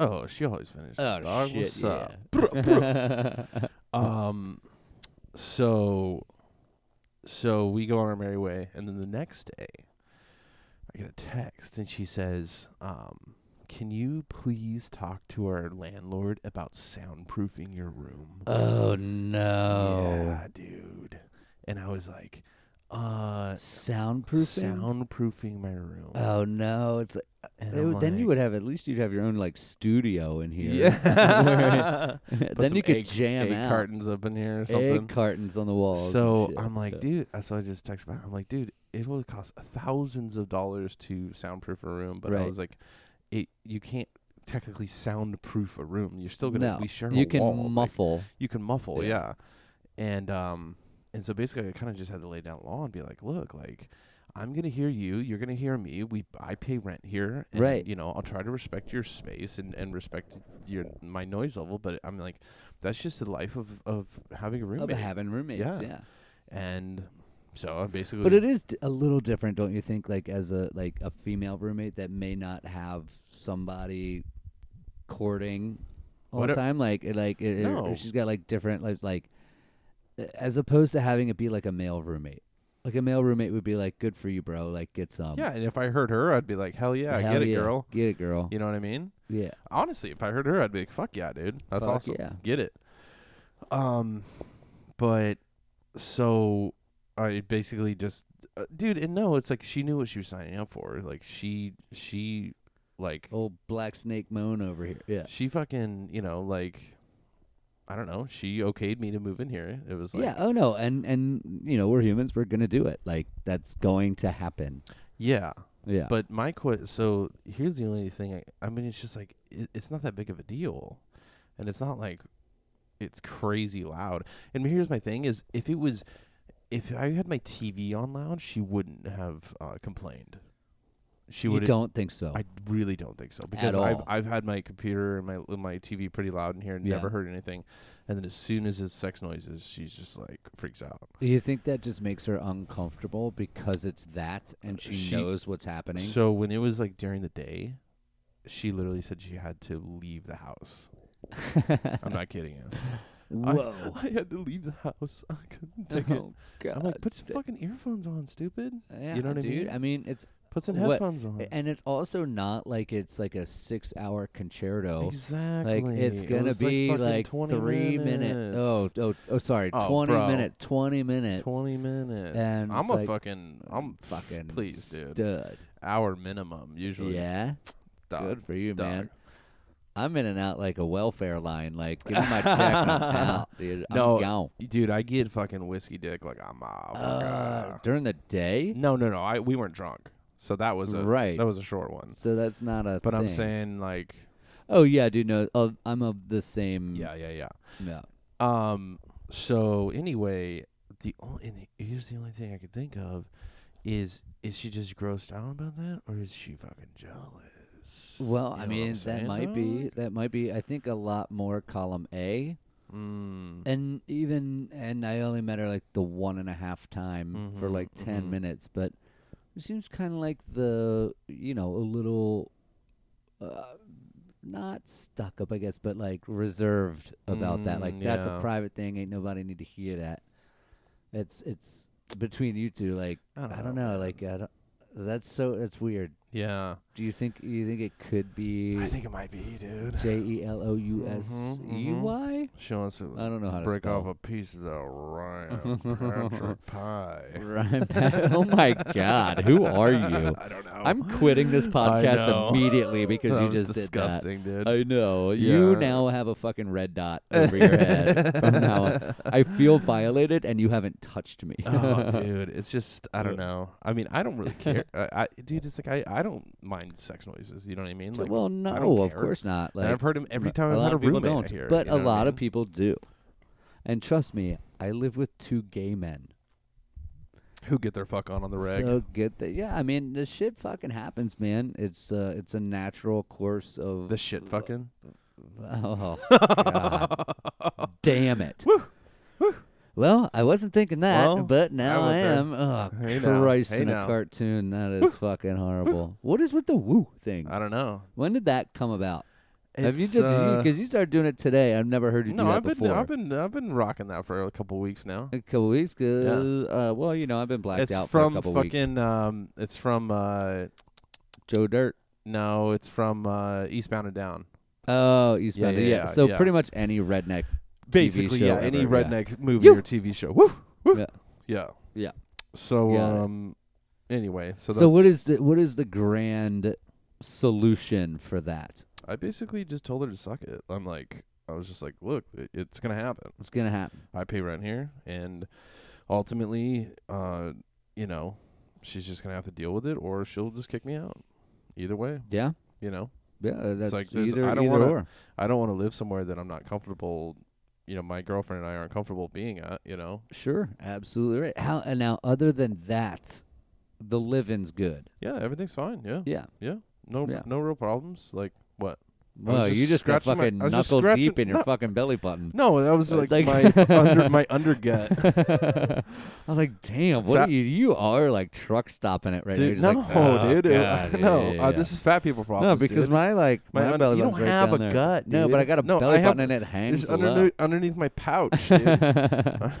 Speaker 2: Oh, she always finishes.
Speaker 1: Oh
Speaker 2: dog.
Speaker 1: shit!
Speaker 2: What's
Speaker 1: yeah.
Speaker 2: up? Bruh, bruh. Um, so, so we go on our merry way, and then the next day, I get a text, and she says, um, "Can you please talk to our landlord about soundproofing your room?"
Speaker 1: oh no! Oh.
Speaker 2: yeah, dude. And I was like, "Uh,
Speaker 1: Soundproofing.
Speaker 2: soundproofing my room."
Speaker 1: Oh no! It's like,
Speaker 2: And
Speaker 1: it
Speaker 2: I'm
Speaker 1: would- then you
Speaker 2: like,
Speaker 1: would have at least you'd have your own like studio in here.
Speaker 2: yeah. Put
Speaker 1: then
Speaker 2: some
Speaker 1: you could
Speaker 2: egg-
Speaker 1: jam
Speaker 2: egg
Speaker 1: out
Speaker 2: cartons up in here or something.
Speaker 1: egg cartons on the walls. and
Speaker 2: So
Speaker 1: shit.
Speaker 2: I'm like,
Speaker 1: Yeah.
Speaker 2: dude. uh, So I just text back. I'm like, dude, it will cost thousands of dollars to soundproof a room, but I
Speaker 1: Right.
Speaker 2: was like, it you can't technically soundproof a room. You're still gonna
Speaker 1: no,
Speaker 2: be sharing
Speaker 1: you
Speaker 2: a
Speaker 1: can
Speaker 2: wall. like,
Speaker 1: muffle.
Speaker 2: you can muffle, yeah.
Speaker 1: Yeah.
Speaker 2: And um, and so basically, I kind of just had to lay down law and be like, look, like. I'm gonna hear you. You're gonna hear me. We I pay rent here, and,
Speaker 1: Right.
Speaker 2: You know, I'll try to respect your space and, and respect your my noise level. But I'm like, that's just the life of, of having a
Speaker 1: of
Speaker 2: roommate.
Speaker 1: having roommates.
Speaker 2: Yeah.
Speaker 1: Yeah.
Speaker 2: and so I basically.
Speaker 1: But it is d- a little different, don't you think? Like as a like a female roommate that may not have somebody courting all
Speaker 2: What a-
Speaker 1: the time. Like it, like it, it- or
Speaker 2: No.
Speaker 1: she's got like different like like as opposed to having it be like a male roommate. Like a male roommate would be like, "Good for you, bro. Like get some."
Speaker 2: yeah, and if I heard her, I'd be like, hell yeah,
Speaker 1: Hell
Speaker 2: get it, girl.
Speaker 1: Get it, girl.
Speaker 2: You know what I mean?
Speaker 1: Yeah.
Speaker 2: Honestly, if I heard her, I'd be like, fuck yeah, dude, that's
Speaker 1: Fuck
Speaker 2: awesome.
Speaker 1: yeah.
Speaker 2: Get it. Um, but so I basically just, uh, dude, and no, it's like she knew what she was signing up for. Like she, she, like
Speaker 1: Old black snake moan over here. Oh, Yeah.
Speaker 2: she fucking, you know, like. I don't know. She okayed me to move in here. It was like,
Speaker 1: yeah. Oh no. And and you know we're humans. We're gonna do it. Like that's going to happen.
Speaker 2: yeah.
Speaker 1: Yeah.
Speaker 2: But my question, so here's the only thing. I, I mean, it's just like it, it's not that big of a deal, and it's not like it's crazy loud. And here's my thing: is if it was, if I had my TV on loud, she wouldn't have uh, complained. She
Speaker 1: you
Speaker 2: would.
Speaker 1: don't think so.
Speaker 2: I really don't think so because I've
Speaker 1: all.
Speaker 2: I've had my computer and my my TV pretty loud in here and
Speaker 1: Yeah.
Speaker 2: never heard anything, and then as soon as it's sex noises, she's just like freaks out.
Speaker 1: You think that just makes her uncomfortable because it's that and she,
Speaker 2: She-
Speaker 1: knows what's happening?
Speaker 2: So when it was like during the day, she literally said she had to leave the house. I'm not kidding you. I-
Speaker 1: Whoa.
Speaker 2: I, had to leave the house. I couldn't take
Speaker 1: Oh,
Speaker 2: it.
Speaker 1: God.
Speaker 2: I'm like, put your fucking earphones on, stupid.
Speaker 1: yeah,
Speaker 2: you know what I
Speaker 1: dude.
Speaker 2: mean?
Speaker 1: I mean, it's
Speaker 2: Put some
Speaker 1: What-
Speaker 2: headphones on.
Speaker 1: and it's also not like it's like a six hour concerto.
Speaker 2: exactly.
Speaker 1: oh. Like it's
Speaker 2: It
Speaker 1: gonna
Speaker 2: was,
Speaker 1: be
Speaker 2: fucking
Speaker 1: like,
Speaker 2: 20
Speaker 1: three minute. Oh, oh, oh, sorry,
Speaker 2: Oh,
Speaker 1: twenty
Speaker 2: bro.
Speaker 1: minute, twenty minutes,
Speaker 2: 20 minutes.
Speaker 1: And
Speaker 2: I'm
Speaker 1: it's
Speaker 2: a
Speaker 1: like, uh,
Speaker 2: fucking. I'm
Speaker 1: fucking
Speaker 2: Please, dude.
Speaker 1: stud.
Speaker 2: hour minimum usually.
Speaker 1: Yeah,
Speaker 2: Dog.
Speaker 1: good for you,
Speaker 2: Dog.
Speaker 1: man. I'm in and out like a welfare line. Like, give me my check. and I'm out, dude. I'm
Speaker 2: No,
Speaker 1: gone.
Speaker 2: Dude, I get fucking whiskey dick like I'm off. like,
Speaker 1: Uh,
Speaker 2: ah.
Speaker 1: during the day,
Speaker 2: No, no, no. I we weren't drunk, so that was a
Speaker 1: Right.
Speaker 2: That was a short one.
Speaker 1: so that's not a.
Speaker 2: But I'm
Speaker 1: thing.
Speaker 2: saying like,
Speaker 1: Oh yeah, dude. No, oh, I'm of the same.
Speaker 2: yeah, yeah, yeah.
Speaker 1: yeah.
Speaker 2: Um. So anyway, the only and the- here's the only thing I could think of is is she just grossed out about that, or is she fucking jealous?
Speaker 1: Well, I
Speaker 2: You know what I'm
Speaker 1: mean, that
Speaker 2: saying,
Speaker 1: might be.
Speaker 2: dog?
Speaker 1: That might be. I think a lot more column A,
Speaker 2: Mm.
Speaker 1: and even and I only met her like the one and a half time for
Speaker 2: Mhm,
Speaker 1: like 10
Speaker 2: mhm.
Speaker 1: minutes, but it seems kind of like the you know a little. Uh, not stuck up, I guess, but like reserved about that.
Speaker 2: Mm,
Speaker 1: Like that's a
Speaker 2: yeah.
Speaker 1: private thing. Ain't nobody need to hear that. It's it's between you two. Like I don't know.
Speaker 2: man.
Speaker 1: Like uh, I don't, that's so that's weird.
Speaker 2: yeah,
Speaker 1: Do you think you think it could be
Speaker 2: I think it might be, dude.
Speaker 1: J E L O U S E Y?
Speaker 2: She wants to
Speaker 1: I don't know how to
Speaker 2: Mm-hmm, break off
Speaker 1: spell.
Speaker 2: a piece of the Ryan Patrick pie.
Speaker 1: Ryan Pat- oh my god, who are you?
Speaker 2: I don't know.
Speaker 1: I'm quitting this
Speaker 2: know.
Speaker 1: podcast immediately because
Speaker 2: That
Speaker 1: you
Speaker 2: was
Speaker 1: just
Speaker 2: disgusting,
Speaker 1: did
Speaker 2: dude.
Speaker 1: that. I know. You
Speaker 2: Yeah.
Speaker 1: now have a fucking red dot over your head from now on. I feel violated and you haven't touched me.
Speaker 2: oh, dude, it's just I don't know. I mean, I don't really care. I, I dude, it's like I, I don't mind sex noises. You know what I mean? Like,
Speaker 1: well,
Speaker 2: I
Speaker 1: no,
Speaker 2: don't
Speaker 1: of
Speaker 2: care.
Speaker 1: course not.
Speaker 2: And
Speaker 1: Like
Speaker 2: I've heard him every
Speaker 1: A-
Speaker 2: time
Speaker 1: a
Speaker 2: I've
Speaker 1: lot
Speaker 2: had a
Speaker 1: of people
Speaker 2: roommate.
Speaker 1: don't,
Speaker 2: I hear,
Speaker 1: but
Speaker 2: you know
Speaker 1: a
Speaker 2: what I
Speaker 1: lot of
Speaker 2: mean?
Speaker 1: people do. And trust me, I live with two gay men.
Speaker 2: who get their fuck on on the reg.
Speaker 1: So get the yeah. I mean, the shit fucking happens, man. It's uh, it's a natural course of
Speaker 2: the shit fucking.
Speaker 1: Oh, God. damn it. Well, I wasn't thinking that,
Speaker 2: Well,
Speaker 1: but now
Speaker 2: I
Speaker 1: I
Speaker 2: went there.
Speaker 1: am. Oh,
Speaker 2: Hey now,
Speaker 1: Christ,
Speaker 2: hey
Speaker 1: in
Speaker 2: now.
Speaker 1: a cartoon, that is fucking horrible. What is with the woo thing?
Speaker 2: I don't know.
Speaker 1: When did that come about? Have you
Speaker 2: Uh, It's,
Speaker 1: just
Speaker 2: uh,
Speaker 1: because you, started doing it today? I've never heard you
Speaker 2: no,
Speaker 1: do that
Speaker 2: I've been
Speaker 1: before.
Speaker 2: I've been I've been rocking that for a couple weeks now.
Speaker 1: a couple weeks. 'cause, Uh, well, you know, I've been blacked
Speaker 2: it's
Speaker 1: out
Speaker 2: from
Speaker 1: for a couple
Speaker 2: fucking
Speaker 1: weeks.
Speaker 2: um it's from uh
Speaker 1: Joe Dirt.
Speaker 2: no, it's from uh Eastbound and Down.
Speaker 1: Oh, Eastbound.
Speaker 2: yeah,
Speaker 1: Yeah,
Speaker 2: yeah,
Speaker 1: so
Speaker 2: yeah.
Speaker 1: pretty much any redneck.
Speaker 2: Basically,
Speaker 1: show
Speaker 2: yeah, any
Speaker 1: ever, yeah.
Speaker 2: redneck movie
Speaker 1: Yoo.
Speaker 2: or TV show. Woo! Woo!
Speaker 1: Yeah.
Speaker 2: Yeah.
Speaker 1: Yeah.
Speaker 2: So
Speaker 1: Got it.
Speaker 2: um anyway, so
Speaker 1: So,
Speaker 2: that's,
Speaker 1: what is the what is the grand solution for that?
Speaker 2: I basically just told her to suck it. I'm like I was just like, look, it, it's going to happen.
Speaker 1: What's gonna happen?
Speaker 2: I pay rent here and ultimately uh you know, she's just going to have to deal with it or she'll just kick me out. Either way,
Speaker 1: Yeah,
Speaker 2: you know.
Speaker 1: yeah. uh, That's
Speaker 2: like there's-
Speaker 1: either
Speaker 2: I don't
Speaker 1: either
Speaker 2: wanna-
Speaker 1: or.
Speaker 2: I don't want to live somewhere that I'm not comfortable. You know, my girlfriend and I aren't comfortable being at. You know,
Speaker 1: Sure, absolutely right. How and now other than that, the living's good.
Speaker 2: yeah, everything's fine. Yeah,
Speaker 1: Yeah.
Speaker 2: no,
Speaker 1: Yeah. no
Speaker 2: no real problems. Like what? was
Speaker 1: Well,
Speaker 2: just
Speaker 1: you just got
Speaker 2: scratching my-
Speaker 1: fucking
Speaker 2: I was just
Speaker 1: knuckle
Speaker 2: scratching-
Speaker 1: deep in your
Speaker 2: no.
Speaker 1: fucking belly button.
Speaker 2: No, that was
Speaker 1: Uh,
Speaker 2: like,
Speaker 1: like-
Speaker 2: my under my undergut.
Speaker 1: I was like, damn, what
Speaker 2: Fat-
Speaker 1: are you? You are like truck stopping it right
Speaker 2: Dude,
Speaker 1: now.
Speaker 2: no,
Speaker 1: You're just like, "Oh,
Speaker 2: dude, it-
Speaker 1: God, yeah,
Speaker 2: no.
Speaker 1: yeah,
Speaker 2: Uh,
Speaker 1: yeah."
Speaker 2: this is fat people
Speaker 1: no,
Speaker 2: problems.
Speaker 1: because
Speaker 2: dude.
Speaker 1: my like
Speaker 2: My
Speaker 1: my,
Speaker 2: un-
Speaker 1: belly
Speaker 2: you don't
Speaker 1: button's right
Speaker 2: have
Speaker 1: down
Speaker 2: a
Speaker 1: there.
Speaker 2: gut,
Speaker 1: No, but I
Speaker 2: dude.
Speaker 1: got a
Speaker 2: No,
Speaker 1: belly
Speaker 2: I have-
Speaker 1: button and it hangs
Speaker 2: it's
Speaker 1: low.
Speaker 2: underneath, underneath my pouch, dude.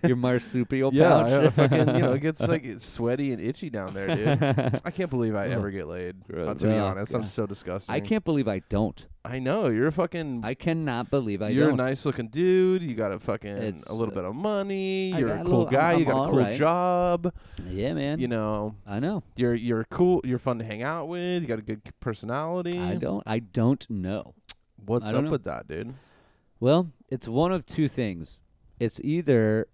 Speaker 1: Your marsupial
Speaker 2: yeah, I
Speaker 1: pouch.
Speaker 2: have a fucking you know, it gets like it's sweaty and itchy down there, dude. I can't believe I ever get laid. Uh, to be
Speaker 1: Oh,
Speaker 2: honest, I'm
Speaker 1: God.
Speaker 2: so disgusting.
Speaker 1: I can't believe I don't.
Speaker 2: I know you're a fucking
Speaker 1: I cannot believe I
Speaker 2: you're
Speaker 1: don't.
Speaker 2: a nice looking dude. You got a fucking
Speaker 1: It's- uh,
Speaker 2: a little bit of money.
Speaker 1: I
Speaker 2: You're
Speaker 1: got
Speaker 2: a
Speaker 1: a
Speaker 2: cool
Speaker 1: little-
Speaker 2: guy.
Speaker 1: I'm-
Speaker 2: you
Speaker 1: I'm
Speaker 2: got a
Speaker 1: all
Speaker 2: cool
Speaker 1: right.
Speaker 2: job.
Speaker 1: yeah, man.
Speaker 2: You know,
Speaker 1: I know.
Speaker 2: you're you're cool. You're fun to hang out with. You got a good personality.
Speaker 1: I don't. I don't know.
Speaker 2: What's
Speaker 1: I don't
Speaker 2: up
Speaker 1: know.
Speaker 2: with that, dude?
Speaker 1: Well, it's one of two things. It's either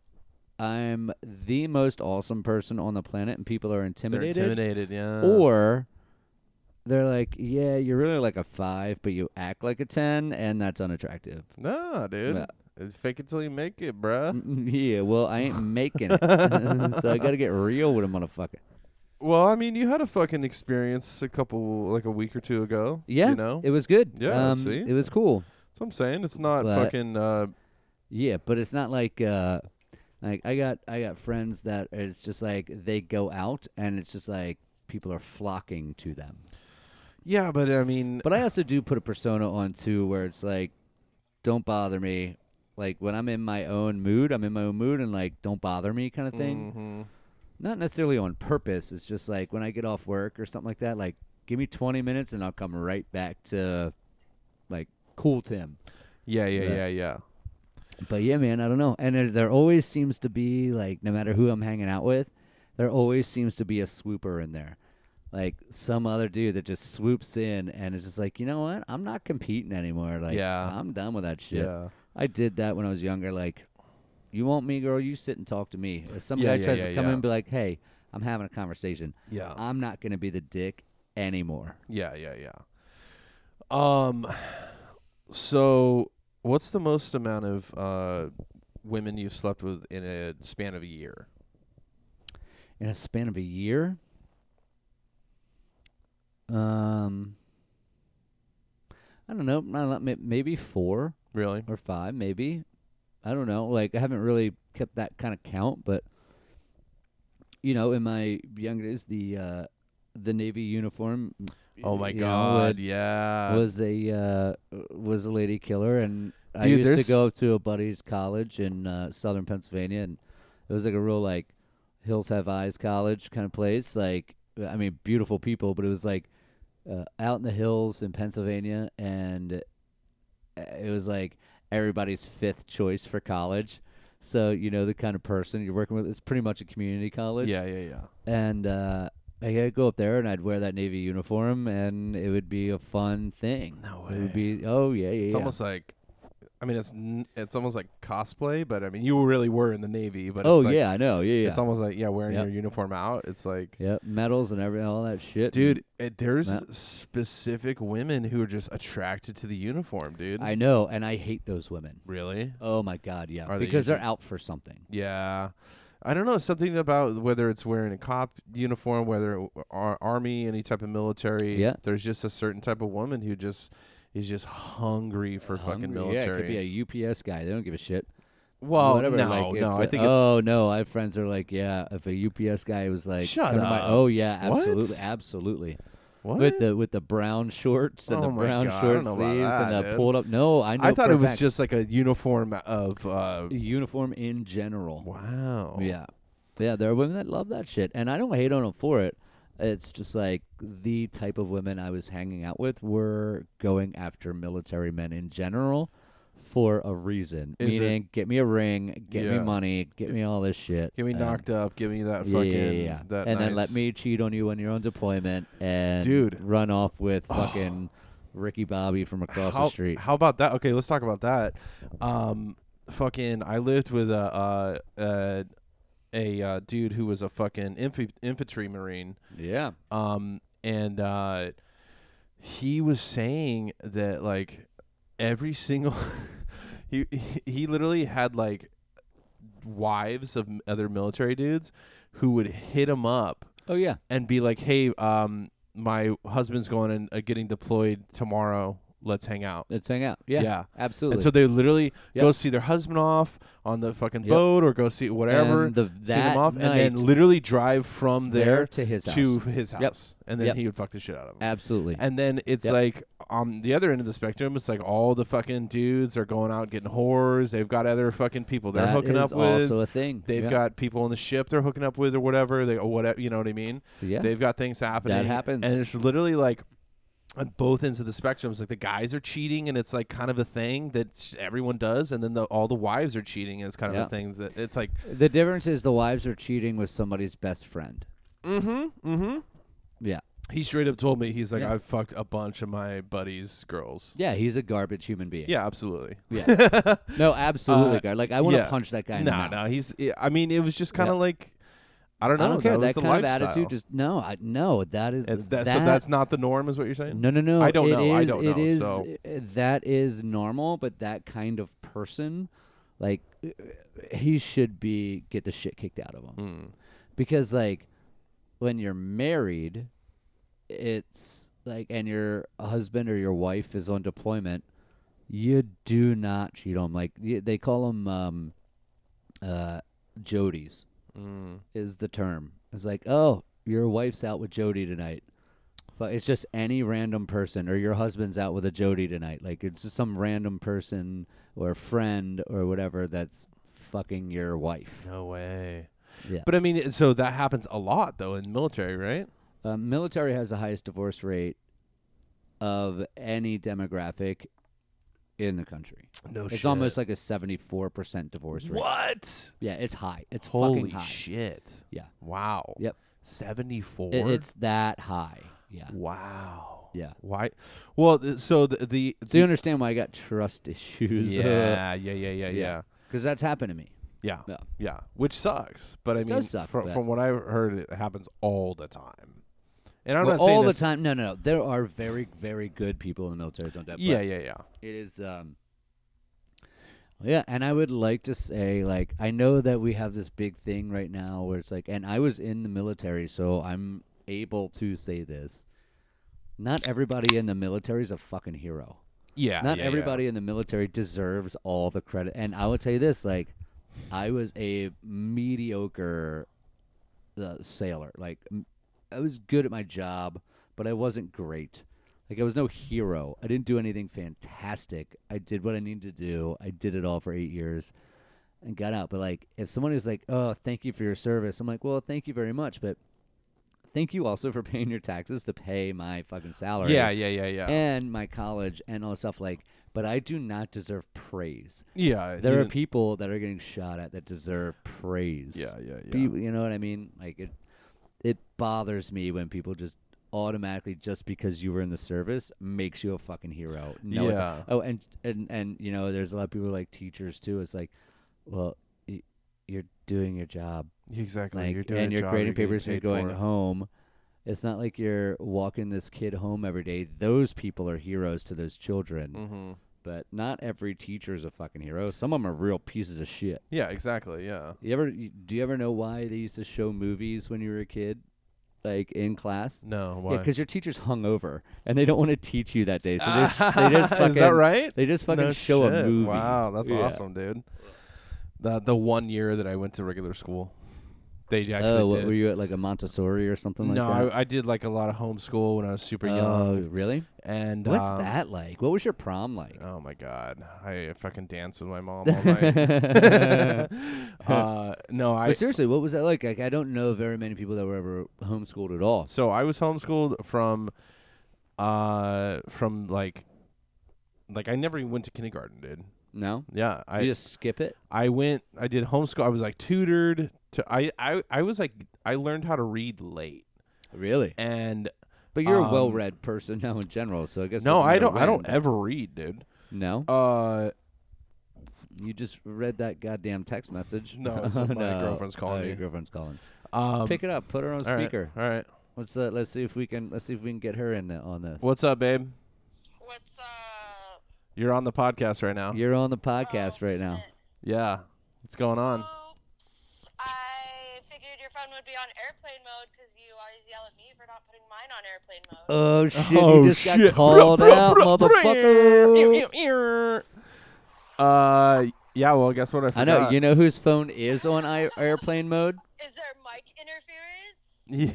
Speaker 1: I'm the most awesome person on the planet and people are
Speaker 2: They're
Speaker 1: intimidated,
Speaker 2: intimidated, yeah.
Speaker 1: or they're like, yeah, you're really like a five, but you act like a ten, and that's unattractive.
Speaker 2: nah, dude.
Speaker 1: Yeah.
Speaker 2: It's fake it till you make it, bruh.
Speaker 1: Mm, yeah, well, I ain't making it, so I got to get real with a motherfucker.
Speaker 2: Well, I mean, you had a fucking experience a couple, like a week or two ago.
Speaker 1: Yeah,
Speaker 2: you know.
Speaker 1: it was good.
Speaker 2: Yeah,
Speaker 1: um,
Speaker 2: see?
Speaker 1: it was cool.
Speaker 2: That's what I'm saying. It's not
Speaker 1: But-
Speaker 2: fucking. Uh,
Speaker 1: Yeah, but it's not like uh like I got I got friends that it's just like they go out and it's just like people are flocking to them.
Speaker 2: yeah, but I mean,
Speaker 1: But I also do put a persona on too where it's like don't bother me. Like when I'm in my own mood, I'm in my own mood and like don't bother me kind of thing.
Speaker 2: mhm.
Speaker 1: Not necessarily on purpose. It's just like when I get off work or something like that, like give me 20 minutes and I'll come right back to like cool Tim.
Speaker 2: yeah, yeah,
Speaker 1: Yeah.
Speaker 2: yeah, yeah.
Speaker 1: But yeah, man, I don't know. And there, there always seems to be like, no matter who I'm hanging out with, there always seems to be a swooper in there. like some other dude that just swoops in and is just like, you know what? I'm not competing anymore. Like,
Speaker 2: Yeah.
Speaker 1: I'm done with that shit.
Speaker 2: Yeah.
Speaker 1: I did that when I was younger. Like, you want me, girl? You sit and talk to me. If some
Speaker 2: Yeah,
Speaker 1: guy
Speaker 2: yeah,
Speaker 1: tries
Speaker 2: yeah,
Speaker 1: to come in
Speaker 2: yeah.
Speaker 1: and be like, hey, I'm having a conversation.
Speaker 2: Yeah.
Speaker 1: I'm not gonna be the dick anymore.
Speaker 2: Yeah, yeah, yeah. Um so what's the most amount of uh women you've slept with in a span of a year?
Speaker 1: In a span of a year. Um. I don't know. not a lot, may- Maybe four.
Speaker 2: Really?
Speaker 1: or five, maybe. I don't know. Like I haven't really kept that kind of count, but you know, in my young days, the uh, the navy uniform.
Speaker 2: Oh my
Speaker 1: you know,
Speaker 2: god,
Speaker 1: would-
Speaker 2: yeah.
Speaker 1: was a uh, was a lady killer, and I
Speaker 2: Dude,
Speaker 1: used
Speaker 2: there's-
Speaker 1: to go to a buddy's college in uh, Southern Pennsylvania, and it was like a real like Hills Have Eyes college kind of place. Like, I mean, beautiful people, but it was like uh, out in the hills in Pennsylvania, and it was like everybody's fifth choice for college. So you know the kind of person you're working with. It's pretty much a community college
Speaker 2: yeah, yeah, yeah.
Speaker 1: and uh, I'd go up there and I'd wear that navy uniform, and it would be a fun thing.
Speaker 2: No
Speaker 1: It would be oh yeah yeah.
Speaker 2: It's
Speaker 1: yeah.
Speaker 2: almost like I mean it's n- it's almost like cosplay, but I mean you really were in the navy, but
Speaker 1: oh
Speaker 2: it's like,
Speaker 1: yeah I know yeah yeah.
Speaker 2: It's almost like yeah, wearing
Speaker 1: Yep.
Speaker 2: your uniform out. It's like
Speaker 1: yep medals and every all that shit,
Speaker 2: Dude, it, there's
Speaker 1: That-
Speaker 2: specific women who are just attracted to the uniform, dude.
Speaker 1: I know, and I hate those women.
Speaker 2: really?
Speaker 1: Oh my god, yeah,
Speaker 2: Are they
Speaker 1: because are
Speaker 2: usually-
Speaker 1: out for something.
Speaker 2: Yeah. I don't know something about whether it's wearing a cop uniform, whether it w- ar- army, any type of military.
Speaker 1: Yeah.
Speaker 2: there's just a certain type of woman who just is just hungry for fucking
Speaker 1: Hungry, yeah,
Speaker 2: military.
Speaker 1: it could be a UPS guy. They don't give a shit.
Speaker 2: well,
Speaker 1: Whatever,
Speaker 2: no,
Speaker 1: like,
Speaker 2: no,
Speaker 1: it's
Speaker 2: I
Speaker 1: a-
Speaker 2: think
Speaker 1: oh no, I have friends that are like, yeah, if a UPS guy was like,
Speaker 2: Shut
Speaker 1: come to my-
Speaker 2: up.
Speaker 1: oh yeah,
Speaker 2: What?
Speaker 1: absolutely, absolutely.
Speaker 2: it's what?
Speaker 1: with the with the brown shorts and
Speaker 2: Oh
Speaker 1: the
Speaker 2: my
Speaker 1: brown
Speaker 2: God, I
Speaker 1: short
Speaker 2: don't know about
Speaker 1: sleeves and
Speaker 2: that,
Speaker 1: the
Speaker 2: dude.
Speaker 1: pulled up. No, I know.
Speaker 2: I thought
Speaker 1: for a
Speaker 2: it was
Speaker 1: fact.
Speaker 2: just like a uniform of uh,
Speaker 1: uniform in general.
Speaker 2: wow.
Speaker 1: Yeah, yeah. There are women that love that shit, and I don't hate on them for it. It's just like the type of women I was hanging out with were going after military men in general for a reason.
Speaker 2: Is it-
Speaker 1: Meaning, get me a ring, get me
Speaker 2: Yeah.
Speaker 1: money, get me all this shit.
Speaker 2: Give me
Speaker 1: and-
Speaker 2: knocked up. Give me that
Speaker 1: yeah,
Speaker 2: fucking.
Speaker 1: yeah, yeah, yeah.
Speaker 2: That
Speaker 1: and then let
Speaker 2: nice-
Speaker 1: me cheat on you when you're on deployment and
Speaker 2: Dude.
Speaker 1: run off with fucking Ricky Bobby from across
Speaker 2: how,
Speaker 1: the street.
Speaker 2: How about that? Okay, let's talk about that. Um, fucking, I lived with a uh, uh, a uh, dude who was a fucking inf- infantry marine,
Speaker 1: yeah.
Speaker 2: um, and uh, he was saying that like every single he he- he literally had like wives of m- other military dudes who would hit him up
Speaker 1: Oh yeah.
Speaker 2: and be like, hey, um, my husband's going and uh, getting deployed tomorrow. Let's hang out.
Speaker 1: Let's hang out. Yeah.
Speaker 2: Yeah.
Speaker 1: Absolutely.
Speaker 2: And so they literally go
Speaker 1: Yep.
Speaker 2: see their husband off on the fucking
Speaker 1: Yep.
Speaker 2: boat or go see whatever,
Speaker 1: And the,
Speaker 2: see
Speaker 1: that
Speaker 2: them off, and
Speaker 1: night,
Speaker 2: then literally drive from
Speaker 1: there
Speaker 2: there,
Speaker 1: to his house.
Speaker 2: to his house.
Speaker 1: Yep.
Speaker 2: And then
Speaker 1: Yep.
Speaker 2: he would fuck the shit out of him.
Speaker 1: Absolutely.
Speaker 2: And then it's
Speaker 1: Yep.
Speaker 2: like on the other end of the spectrum, it's like all the fucking dudes are going out getting whores. They've got other fucking people they're
Speaker 1: That
Speaker 2: hooking
Speaker 1: is
Speaker 2: up with.
Speaker 1: also a thing.
Speaker 2: They've
Speaker 1: yeah.
Speaker 2: got people on the ship they're hooking up with or whatever. They or whatever, you know what I mean?
Speaker 1: yeah.
Speaker 2: They've got things happening.
Speaker 1: happens.
Speaker 2: And it's literally like on both ends of the spectrum. It's like the guys are cheating, and it's like kind of a thing that sh- everyone does, and then the, all the wives are cheating, and it's kind of
Speaker 1: Yeah.
Speaker 2: a thing that it's like,
Speaker 1: the difference is the wives are cheating with somebody's best friend.
Speaker 2: mm-hmm, mm-hmm.
Speaker 1: Yeah.
Speaker 2: He straight up told me he's like,
Speaker 1: Yeah.
Speaker 2: I've fucked a bunch of my buddies' girls.
Speaker 1: Yeah, he's a garbage human being.
Speaker 2: Yeah, absolutely.
Speaker 1: Yeah. No, absolutely.
Speaker 2: Uh,
Speaker 1: gar- like I want to
Speaker 2: yeah.
Speaker 1: punch that guy in the
Speaker 2: Nah,
Speaker 1: mouth.
Speaker 2: nah. He's. I mean, it was just kind of
Speaker 1: Yeah.
Speaker 2: like, I don't know.
Speaker 1: I don't care.
Speaker 2: Oh, That, was
Speaker 1: that
Speaker 2: the
Speaker 1: kind
Speaker 2: lifestyle.
Speaker 1: of attitude just no, I no, that is
Speaker 2: It's that, so that's not the norm, is what you're saying?
Speaker 1: No, no, no.
Speaker 2: I don't
Speaker 1: It
Speaker 2: know. I
Speaker 1: is-
Speaker 2: don't
Speaker 1: it
Speaker 2: know,
Speaker 1: is-
Speaker 2: so-
Speaker 1: uh, that is normal, but that kind of person, like, uh, he should be get the shit kicked out of him
Speaker 2: Mm.
Speaker 1: because, like, when you're married, it's like, and your husband or your wife is on deployment, you do not cheat on 'em. Like y- they call them um, uh, Jodies
Speaker 2: Mm.
Speaker 1: is the term. It's like, oh, your wife's out with Jody tonight. But it's just any random person, or your husband's out with a Jody tonight. Like it's just some random person or friend or whatever that's fucking your wife.
Speaker 2: No way.
Speaker 1: Yeah.
Speaker 2: But I mean, so that happens a lot though in military, right?
Speaker 1: Uh, military has the highest divorce rate of any demographic in the country.
Speaker 2: No
Speaker 1: it's almost like a seventy-four percent divorce rate.
Speaker 2: what?
Speaker 1: Yeah, it's high. It's
Speaker 2: Holy
Speaker 1: fucking high.
Speaker 2: shit!
Speaker 1: Yeah.
Speaker 2: Wow.
Speaker 1: Yep.
Speaker 2: Seventy four.
Speaker 1: It, it's that high. Yeah.
Speaker 2: wow.
Speaker 1: Yeah.
Speaker 2: Why? Well, th- so the the,
Speaker 1: So you
Speaker 2: the-
Speaker 1: understand why I got trust issues?
Speaker 2: yeah, yeah, yeah, yeah, yeah,
Speaker 1: Yeah. Because that's happened to me.
Speaker 2: yeah,
Speaker 1: Yeah.
Speaker 2: yeah, which sucks. But I mean,
Speaker 1: does suck,
Speaker 2: from,
Speaker 1: but-
Speaker 2: from what I've heard, it happens all the time. And I'm
Speaker 1: Well,
Speaker 2: not saying
Speaker 1: all the
Speaker 2: that's-
Speaker 1: time. No, no, no. There are very, very good people in the military. Don't doubt. but
Speaker 2: Yeah, yeah, yeah.
Speaker 1: It is. Um, yeah, and I would like to say, like, I know that we have this big thing right now where it's like, and I was in the military, so I'm able to say this. Not everybody in the military is a fucking hero.
Speaker 2: Yeah.
Speaker 1: Not
Speaker 2: yeah, yeah.
Speaker 1: everybody in the military deserves all the credit. And I will tell you this: like, I was a mediocre uh, sailor. Like, m- I was good at my job, but I wasn't great. Like, I was no hero. I didn't do anything fantastic. I did what I needed to do. I did it all for eight years and got out. But like, if somebody was like, "Oh, thank you for your service," I'm like, "Well, thank you very much," but thank you also for paying your taxes to pay my fucking salary
Speaker 2: Yeah, yeah, yeah, yeah.
Speaker 1: and my college and all stuff like but i do not deserve praise
Speaker 2: yeah. you
Speaker 1: there are
Speaker 2: didn't-
Speaker 1: people that are getting shot at that deserve praise
Speaker 2: Yeah, yeah, yeah.
Speaker 1: People- you know what i mean like it it bothers me when people just automatically just because you were in the service makes you a fucking hero no it's-
Speaker 2: Yeah.
Speaker 1: oh and and and you know there's a lot of people like teachers too it's like well y- you're doing your job
Speaker 2: Exactly.
Speaker 1: like
Speaker 2: you're doing
Speaker 1: and
Speaker 2: a
Speaker 1: you're
Speaker 2: job,
Speaker 1: grading
Speaker 2: getting
Speaker 1: papers and you're
Speaker 2: paid
Speaker 1: going
Speaker 2: for it.
Speaker 1: home it's not like you're walking this kid home every day those people are heroes to those children
Speaker 2: Mhm.
Speaker 1: but not every teacher is a fucking hero some of them are real pieces of shit
Speaker 2: Yeah, exactly. Yeah.
Speaker 1: you ever you- do you ever know why they used to show movies when you were a kid like in class
Speaker 2: No,
Speaker 1: Yeah,
Speaker 2: why?
Speaker 1: 'cause because your teacher's hungover and they don't want to teach you that day so they, just, they just fucking
Speaker 2: Is that right?
Speaker 1: they just fucking
Speaker 2: No
Speaker 1: show
Speaker 2: shit.
Speaker 1: a movie
Speaker 2: Wow, that's
Speaker 1: Yeah.
Speaker 2: awesome, dude. The the one year that I went to regular school, they actually
Speaker 1: oh what
Speaker 2: did.
Speaker 1: were you at like a montessori or something
Speaker 2: no,
Speaker 1: like that
Speaker 2: I, I did like a lot of homeschool when I was super
Speaker 1: oh
Speaker 2: young,
Speaker 1: really
Speaker 2: and
Speaker 1: What's
Speaker 2: um,
Speaker 1: that like? What was your prom like?
Speaker 2: Oh my god, I fucking danced with my mom all night. uh, no, I
Speaker 1: but seriously, what was that like? like? I don't know very many people that were ever homeschooled at all.
Speaker 2: So I was homeschooled from, uh, from like, like I never even went to kindergarten, dude.
Speaker 1: No,
Speaker 2: Yeah, I
Speaker 1: you just skip it.
Speaker 2: I went. I did homeschool. I was like tutored. To I I I was like I learned how to read late,
Speaker 1: Really?
Speaker 2: and
Speaker 1: But you're
Speaker 2: um,
Speaker 1: a well-read person now in general, so I guess
Speaker 2: no,
Speaker 1: that's
Speaker 2: I
Speaker 1: another
Speaker 2: don't. I don't
Speaker 1: win.
Speaker 2: ever read, dude.
Speaker 1: No,
Speaker 2: Uh,
Speaker 1: you just read that goddamn text message.
Speaker 2: No, it's my
Speaker 1: No.
Speaker 2: girlfriend's calling
Speaker 1: Oh,
Speaker 2: me.
Speaker 1: Your girlfriend's calling.
Speaker 2: um,
Speaker 1: Pick it up. Put her on
Speaker 2: all right,
Speaker 1: speaker.
Speaker 2: All right,
Speaker 1: Let's uh, let's see if we can let's see if we can get her in the, on this.
Speaker 2: what's up, babe?
Speaker 4: What's up?
Speaker 2: You're on the podcast right now.
Speaker 1: You're on the podcast right now.
Speaker 2: yeah, what's going on?
Speaker 4: Oh, Oops. I figured your phone would be on airplane mode because you always yell at me for not putting mine on airplane
Speaker 1: Oh
Speaker 4: mode.
Speaker 1: shit!
Speaker 2: oh
Speaker 1: you just
Speaker 2: shit!
Speaker 1: got
Speaker 2: Bruh,
Speaker 1: called
Speaker 2: bruh,
Speaker 1: out,
Speaker 2: bruh, bruh.
Speaker 1: motherfucker.
Speaker 2: Ew, ew, ew. Uh, yeah. Well, guess what? I forgot.
Speaker 1: I know. You know whose phone is on I- airplane mode?
Speaker 4: Is there mic interference?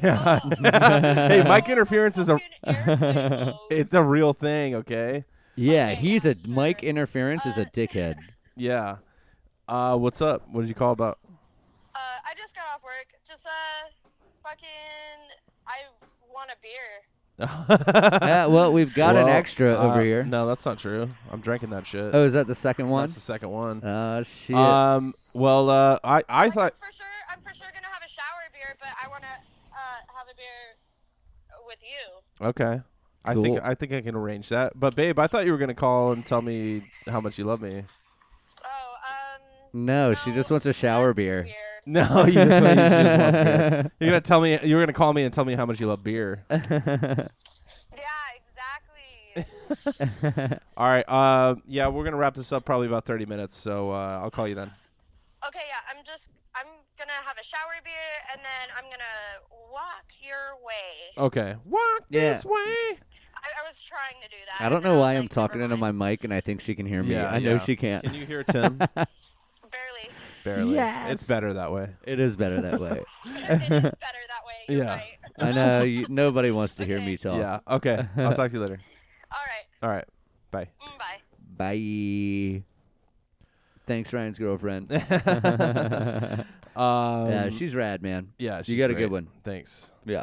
Speaker 2: Yeah. hey, mic
Speaker 4: Oh,
Speaker 2: interference is a
Speaker 4: fucking airplane mode.
Speaker 2: it's a real thing. Okay.
Speaker 1: Yeah,
Speaker 4: Okay,
Speaker 1: he's a
Speaker 4: yeah,
Speaker 1: Mike
Speaker 4: sure.
Speaker 1: interference is a
Speaker 4: Uh,
Speaker 1: dickhead.
Speaker 2: Yeah. Uh, what's up? What did you call about?
Speaker 4: Uh, I just got off work. Just uh, fucking. I want a beer.
Speaker 1: yeah, Uh, well, we've got an
Speaker 2: Well,
Speaker 1: extra
Speaker 2: uh,
Speaker 1: over here.
Speaker 2: No, that's not true. I'm drinking that shit.
Speaker 1: Oh, is that the second one?
Speaker 2: That's the second one.
Speaker 1: Oh shit!
Speaker 2: um. Well. Uh. I. I
Speaker 4: Like,
Speaker 2: thought.
Speaker 4: I'm for sure. I'm for sure gonna have a shower beer, but I wanna uh have a beer with you.
Speaker 2: Okay. I think
Speaker 1: Cool.
Speaker 2: I think I can arrange that. But babe, I thought you were gonna call and tell me how much you love me.
Speaker 4: Oh, um.
Speaker 1: no, she just wants a
Speaker 4: that's
Speaker 1: shower beer.
Speaker 4: weird.
Speaker 2: No, Oh, you just, want- you just wants beer. You're gonna tell me. You're gonna call me and tell me how much you love beer.
Speaker 4: Yeah, exactly.
Speaker 2: All right. Uh, yeah, we're gonna wrap this up probably about 30 minutes. So uh, I'll call you then.
Speaker 4: Okay, yeah, I'm just I'm gonna have a shower beer and then I'm gonna walk your way.
Speaker 2: Okay. Walk
Speaker 1: Yeah.
Speaker 2: this way.
Speaker 4: I, I was trying to do that.
Speaker 1: I don't
Speaker 4: and then
Speaker 1: know
Speaker 4: was
Speaker 1: why
Speaker 4: like,
Speaker 1: I'm talking
Speaker 4: never
Speaker 1: into my
Speaker 4: mind.
Speaker 1: mic and I think she can hear me.
Speaker 2: Yeah,
Speaker 1: I know
Speaker 2: yeah.
Speaker 1: she can't.
Speaker 2: Can you hear Tim?
Speaker 4: barely.
Speaker 2: Barely. It's better that way.
Speaker 1: It is better that way.
Speaker 4: it is better that way. You're
Speaker 2: Yeah.
Speaker 4: Right.
Speaker 1: I know you, nobody wants to hear
Speaker 4: Okay.
Speaker 1: me talk.
Speaker 2: Yeah. Okay. I'll talk to you later.
Speaker 4: All right.
Speaker 2: All right. Bye.
Speaker 4: Mm,
Speaker 1: Bye.
Speaker 4: bye.
Speaker 1: Thanks, Ryan's girlfriend.
Speaker 2: Um,
Speaker 1: yeah, she's rad, man.
Speaker 2: yeah, she's
Speaker 1: you got a
Speaker 2: great.
Speaker 1: good one.
Speaker 2: Thanks.
Speaker 1: Yeah.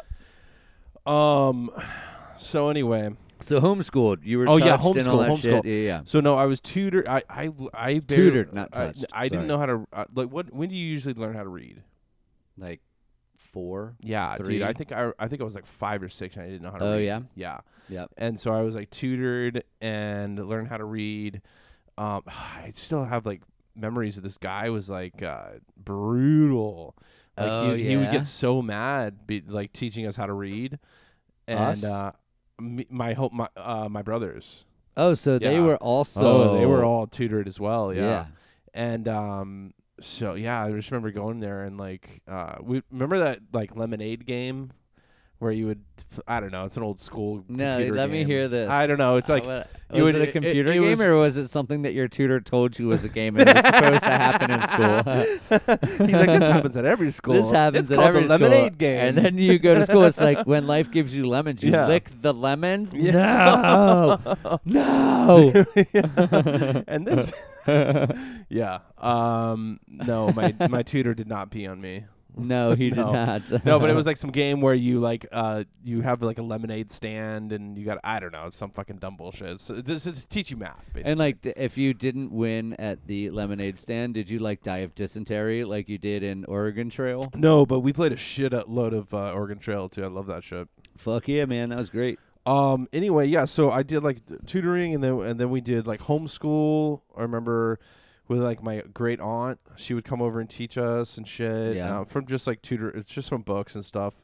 Speaker 2: Um. So anyway,
Speaker 1: So homeschooled. You were
Speaker 2: Oh,
Speaker 1: touched
Speaker 2: yeah,
Speaker 1: and all
Speaker 2: homeschool,
Speaker 1: that shit.
Speaker 2: homeschool.
Speaker 1: Yeah, yeah.
Speaker 2: so no, I was tutored. I I I barely,
Speaker 1: Tutored, not touched.
Speaker 2: I, I
Speaker 1: Sorry.
Speaker 2: didn't know how to uh, like. What? When do you usually learn how to read?
Speaker 1: Like four.
Speaker 2: Yeah,
Speaker 1: Three.
Speaker 2: dude. I think I I think I was like five or six, and I didn't know how to.
Speaker 1: Oh,
Speaker 2: read.
Speaker 1: yeah?
Speaker 2: yeah.
Speaker 1: Yep.
Speaker 2: And so I was like tutored and learned how to read. Um, I still have like memories of this guy was like uh, brutal. Like
Speaker 1: Oh,
Speaker 2: he, he would
Speaker 1: yeah?
Speaker 2: get so mad, be, like teaching us how to read. And
Speaker 1: Us?
Speaker 2: uh, me, my whole my uh, my brothers.
Speaker 1: Oh, so they
Speaker 2: Yeah.
Speaker 1: were also
Speaker 2: oh, they were all tutored as well.
Speaker 1: yeah.
Speaker 2: yeah. And um so yeah, I just remember going there and like uh we remember that like lemonade game where you would I don't know, it's an old school
Speaker 1: No,
Speaker 2: computer
Speaker 1: let me
Speaker 2: game.
Speaker 1: hear this.
Speaker 2: I don't know. It's
Speaker 1: Uh,
Speaker 2: like
Speaker 1: what-
Speaker 2: you
Speaker 1: was
Speaker 2: would-
Speaker 1: it a
Speaker 2: it- it-
Speaker 1: computer
Speaker 2: it
Speaker 1: game
Speaker 2: was-
Speaker 1: or was it something that your tutor told you was a game and it was supposed to happen in school?
Speaker 2: He's like this happens at every school.
Speaker 1: This happens
Speaker 2: it's
Speaker 1: at
Speaker 2: called
Speaker 1: every
Speaker 2: the lemonade
Speaker 1: school.
Speaker 2: game.
Speaker 1: And then you go to school. It's like when life gives you lemons, you
Speaker 2: Yeah.
Speaker 1: lick the lemons.
Speaker 2: Yeah.
Speaker 1: No, no.
Speaker 2: and this Yeah. Um no, my my tutor did not pee on me.
Speaker 1: No, he did
Speaker 2: No.
Speaker 1: not.
Speaker 2: No, but it was like some game where you like uh you have like a lemonade stand and you got I don't know some fucking dumb bullshit. So this is teach you math basically.
Speaker 1: And like, d- if you didn't win at the lemonade stand, did you like die of dysentery like you did in Oregon Trail?
Speaker 2: no, but we played a shit load of uh, Oregon Trail too. I love that shit.
Speaker 1: Fuck yeah, man, that was great.
Speaker 2: Um. Anyway, yeah. So I did like t- tutoring, and then and then we did like homeschool. I remember with like my great aunt, she would come over and teach us and shit.
Speaker 1: Yeah.
Speaker 2: uh, from just like tutor, it's just from books and stuff.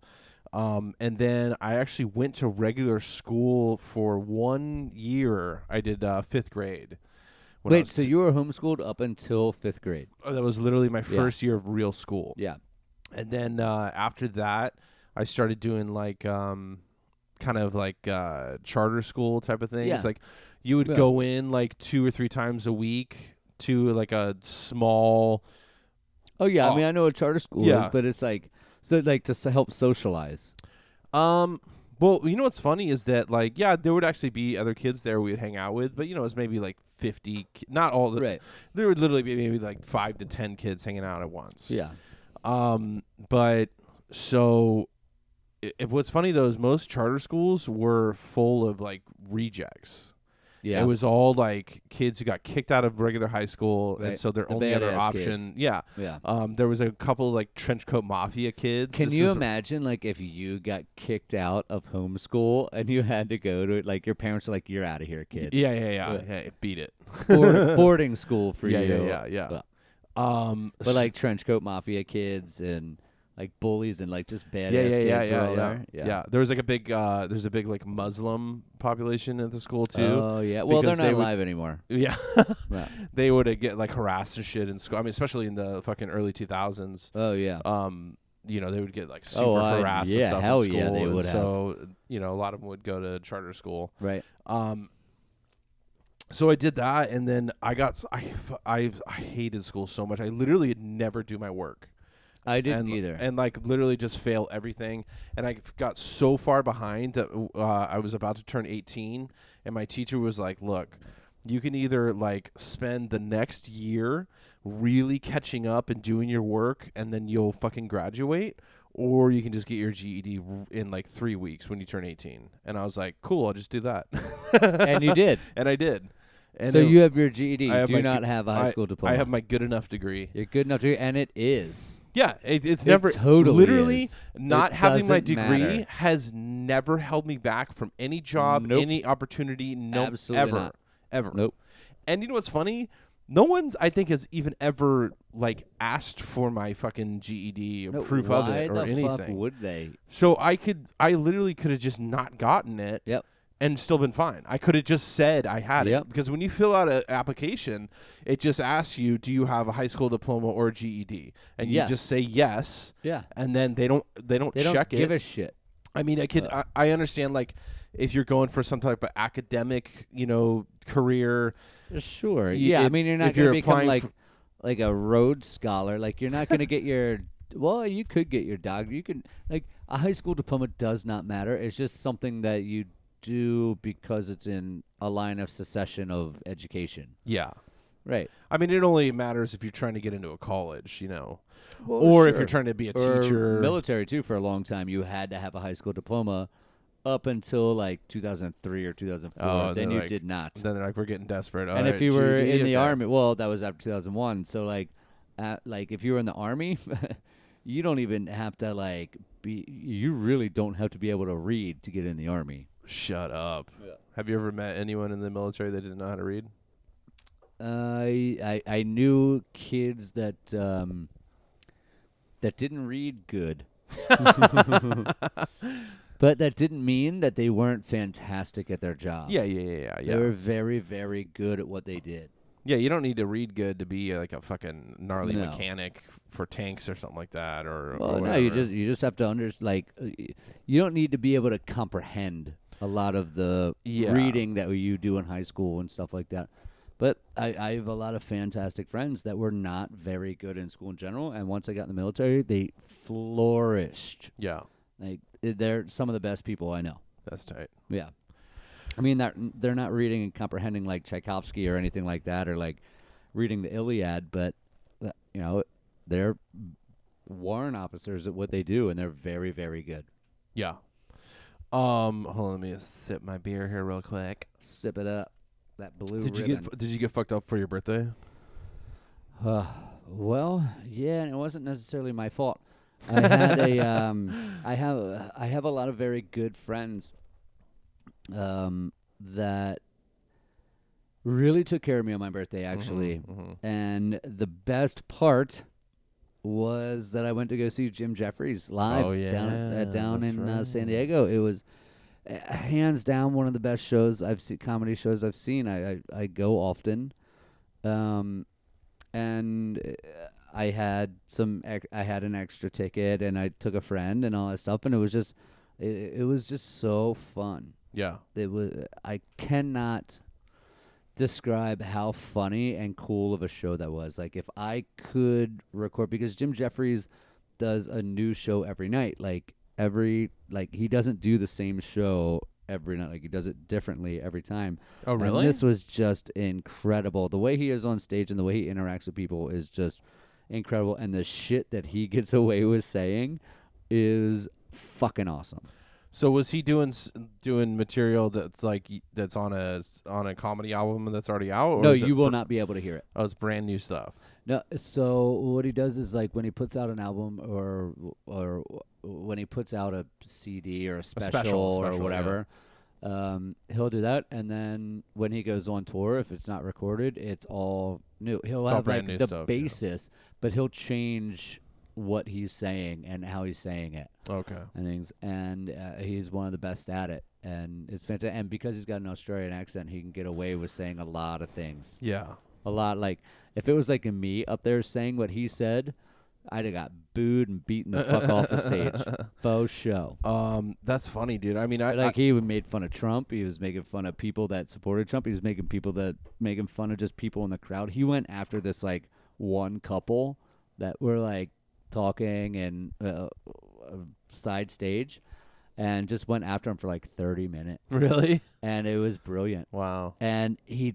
Speaker 2: Um. And then I actually went to regular school for one year. I did uh, fifth grade. when I
Speaker 1: Wait,
Speaker 2: was
Speaker 1: so
Speaker 2: t-
Speaker 1: you were homeschooled up until fifth grade?
Speaker 2: oh, that was literally my first year of real school.
Speaker 1: Yeah.
Speaker 2: And then uh, after that, I started doing like um, kind of like uh, charter school type of things.
Speaker 1: Yeah.
Speaker 2: Like you would
Speaker 1: Yeah.
Speaker 2: go in like two or three times a week to like a small.
Speaker 1: Oh yeah, I
Speaker 2: Oh.
Speaker 1: mean I know what charter school
Speaker 2: Yeah.
Speaker 1: is, but it's like so like to s- help socialize.
Speaker 2: Um, well, you know what's funny is that like yeah, there would actually be other kids there we'd hang out with, but you know it's maybe like fifty, ki- not all. The,
Speaker 1: Right.
Speaker 2: There would literally be maybe like five to ten kids hanging out at once.
Speaker 1: Yeah.
Speaker 2: Um, but so, i if what's funny though is most charter schools were full of like rejects.
Speaker 1: Yeah.
Speaker 2: It was all like kids who got kicked out of regular high school,
Speaker 1: Right.
Speaker 2: and so their
Speaker 1: The
Speaker 2: only other
Speaker 1: badass
Speaker 2: option,
Speaker 1: kids.
Speaker 2: yeah.
Speaker 1: yeah.
Speaker 2: Um, there was a couple like trench coat mafia kids.
Speaker 1: Can
Speaker 2: This
Speaker 1: you
Speaker 2: is-
Speaker 1: imagine like if you got kicked out of homeschool and you had to go to like your parents are like you're out of here, kid.
Speaker 2: Yeah, yeah, yeah,
Speaker 1: Yeah.
Speaker 2: yeah. beat it.
Speaker 1: Board, boarding school for
Speaker 2: yeah,
Speaker 1: you.
Speaker 2: yeah, yeah, yeah.
Speaker 1: But-
Speaker 2: um,
Speaker 1: But like trench coat mafia kids and like bullies and like just badass
Speaker 2: yeah, yeah,
Speaker 1: kids
Speaker 2: yeah,
Speaker 1: were
Speaker 2: yeah,
Speaker 1: all
Speaker 2: yeah,
Speaker 1: there.
Speaker 2: yeah, There was like a big, uh, there's a big like Muslim population at the school too.
Speaker 1: Oh yeah. Well,
Speaker 2: because
Speaker 1: they're
Speaker 2: they
Speaker 1: not
Speaker 2: would-
Speaker 1: alive anymore.
Speaker 2: yeah.
Speaker 1: Yeah.
Speaker 2: they would uh, get like harassed and shit in school. I mean, especially in the fucking early 2000s.
Speaker 1: Oh yeah.
Speaker 2: Um, you know, they would get like super
Speaker 1: Oh, I-
Speaker 2: harassed
Speaker 1: yeah,
Speaker 2: and stuff
Speaker 1: hell
Speaker 2: in school.
Speaker 1: yeah, they
Speaker 2: and
Speaker 1: would have.
Speaker 2: so, you know, a lot of them would go to charter school.
Speaker 1: Right.
Speaker 2: Um, so I did that, and then I got I f- I, I hated school so much. I literally would never do my work.
Speaker 1: I didn't
Speaker 2: and,
Speaker 1: either.
Speaker 2: And like literally just fail everything. And I got so far behind that uh, I was about to turn 18, and my teacher was like, "Look, you can either like spend the next year really catching up and doing your work, and then you'll fucking graduate." Or you can just get your GED r- in like three weeks when you turn 18. And I was like, cool, I'll just do that.
Speaker 1: and you did.
Speaker 2: and I did. And
Speaker 1: so
Speaker 2: it-
Speaker 1: you have your GED.
Speaker 2: I have
Speaker 1: Do
Speaker 2: my
Speaker 1: not
Speaker 2: g-
Speaker 1: have a high
Speaker 2: I-
Speaker 1: school diploma.
Speaker 2: I have my good enough degree.
Speaker 1: You're good enough to, and it is.
Speaker 2: Yeah, it, it's never
Speaker 1: totally
Speaker 2: literally
Speaker 1: is.
Speaker 2: not
Speaker 1: It
Speaker 2: having my
Speaker 1: doesn't
Speaker 2: degree
Speaker 1: matter.
Speaker 2: has never held me back from any job,
Speaker 1: Nope.
Speaker 2: any opportunity, no
Speaker 1: Absolutely
Speaker 2: ever,
Speaker 1: not.
Speaker 2: ever.
Speaker 1: Nope.
Speaker 2: And you know what's funny? No one's I think has even ever like asked for my fucking GED or
Speaker 1: No,
Speaker 2: proof
Speaker 1: why
Speaker 2: of it or
Speaker 1: the
Speaker 2: anything.
Speaker 1: Fuck would they?
Speaker 2: So I could, I literally could have just not gotten it.
Speaker 1: Yep.
Speaker 2: And still been fine. I could have just said I had
Speaker 1: Yep.
Speaker 2: it because when you fill out an application, it just asks you, "Do you have a high school diploma or a GED?" And you
Speaker 1: Yes.
Speaker 2: just say yes,
Speaker 1: Yeah.
Speaker 2: and then they don't they don't
Speaker 1: They don't
Speaker 2: check
Speaker 1: give
Speaker 2: it.
Speaker 1: a shit.
Speaker 2: I mean, I could I, I understand like if you're going for some type of academic, you know, career.
Speaker 1: Sure.
Speaker 2: Y-
Speaker 1: yeah. I
Speaker 2: if-
Speaker 1: mean, you're not
Speaker 2: if
Speaker 1: gonna
Speaker 2: you're
Speaker 1: become
Speaker 2: applying
Speaker 1: like
Speaker 2: for-
Speaker 1: like a Rhodes scholar. Like you're not gonna get your. Well, you could get your dog. You can like a high school diploma does not matter. It's just something that you do because it's in a line of succession of education.
Speaker 2: Yeah.
Speaker 1: Right.
Speaker 2: I mean, it only matters if you're trying to get into a college, you know,
Speaker 1: Well,
Speaker 2: or if
Speaker 1: sure.
Speaker 2: you're trying to be a
Speaker 1: or
Speaker 2: teacher.
Speaker 1: military too for a long time you had to have a high school diploma up until like 2003 or 2004
Speaker 2: Oh,
Speaker 1: then
Speaker 2: they're
Speaker 1: you
Speaker 2: like-
Speaker 1: did not
Speaker 2: Then they're like, we're getting desperate.
Speaker 1: and if you were
Speaker 2: E
Speaker 1: in the army well that was after 2001 so like uh, like if you were in the army you don't even have to like be. You really don't have to be able to read to get in the army.
Speaker 2: Shut up. Have you ever met anyone in the military that didn't know how to read?
Speaker 1: I I I knew kids that um, that didn't read good, but that didn't mean that they weren't fantastic at their job.
Speaker 2: Yeah, yeah, yeah, yeah,
Speaker 1: they
Speaker 2: yeah.
Speaker 1: were very very good at what they did.
Speaker 2: Yeah, you don't need to read good to be uh, like a fucking gnarly
Speaker 1: No.
Speaker 2: mechanic for tanks or something like that, or,
Speaker 1: Well,
Speaker 2: or
Speaker 1: no, you
Speaker 2: whatever.
Speaker 1: just you just have to under like uh, y- you don't need to be able to comprehend a lot of the
Speaker 2: Yeah.
Speaker 1: reading that you do in high school and stuff like that. But I, I have a lot of fantastic friends that were not very good in school in general, and once I got in the military, they flourished.
Speaker 2: yeah,
Speaker 1: Like eh, they're some of the best people I know.
Speaker 2: that's tight.
Speaker 1: Yeah, I mean that they're not reading and comprehending like Tchaikovsky or anything like that, or like reading the Iliad, but uh, you know they're warrant officers at what they do, and they're very very good.
Speaker 2: Yeah. Um, hold on, let me just sip my beer here real quick.
Speaker 1: Sip it up, that blue
Speaker 2: Did you
Speaker 1: ribbon.
Speaker 2: get fu- Did you get fucked up for your birthday?
Speaker 1: Uh, well, yeah, and it wasn't necessarily my fault. I had a, um, I have, I have a lot of very good friends, um, that really took care of me on my birthday,
Speaker 2: Mm-hmm.
Speaker 1: actually. And the best part was that I went to go see Jim Jeffries live
Speaker 2: Oh,
Speaker 1: down at-
Speaker 2: yeah,
Speaker 1: uh, down
Speaker 2: that's
Speaker 1: in uh,
Speaker 2: right.
Speaker 1: San Diego. It was uh, hands down one of the best shows I've seen, comedy shows I've seen. I I, I go often, um, and uh, I had some ex- I had an extra ticket and I took a friend and all that stuff, and it was just it, it was just so fun.
Speaker 2: Yeah.
Speaker 1: It was I cannot describe how funny and cool of a show that was. Like if I could record because Jim Jeffries does a new show every night. Like every like he doesn't do the same show every night. Like he does it differently every time.
Speaker 2: Oh,
Speaker 1: And
Speaker 2: really?
Speaker 1: this was just incredible. The way he is on stage and the way he interacts with people is just incredible and the shit that he gets away with saying is fucking awesome.
Speaker 2: So was he doing s- doing material that's like y- that's on a s- on a comedy album that's already out? Or
Speaker 1: No,
Speaker 2: is it
Speaker 1: you will
Speaker 2: br-
Speaker 1: not be able to hear it.
Speaker 2: Oh, it's brand new stuff.
Speaker 1: No, so what he does is like when he puts out an album or or when he puts out a CD or a special, or
Speaker 2: special, yeah.
Speaker 1: whatever, um, he'll do that. And then when he goes on tour, if it's not recorded, it's all new. He'll
Speaker 2: all
Speaker 1: have
Speaker 2: brand
Speaker 1: like
Speaker 2: new
Speaker 1: the
Speaker 2: stuff, yeah.
Speaker 1: basis, but he'll change what he's saying and how he's saying it
Speaker 2: Okay.
Speaker 1: and things. And uh, he's one of the best at it. And it's fantastic. And because he's got an Australian accent, he can get away with saying a lot of things
Speaker 2: Yeah.
Speaker 1: a lot. Like if it was like me up there saying what he said, I'd have got booed and beaten the fuck off the stage. Faux show.
Speaker 2: Um, that's funny, dude. I mean, I,
Speaker 1: But, like he would made fun of Trump. He was making fun of people that supported Trump. He was making people that making fun of just people in the crowd. He went after this like one couple that were like talking and uh, uh, side stage, and just went after him for like thirty minutes,
Speaker 2: I really.
Speaker 1: and it was brilliant
Speaker 2: Wow.
Speaker 1: and he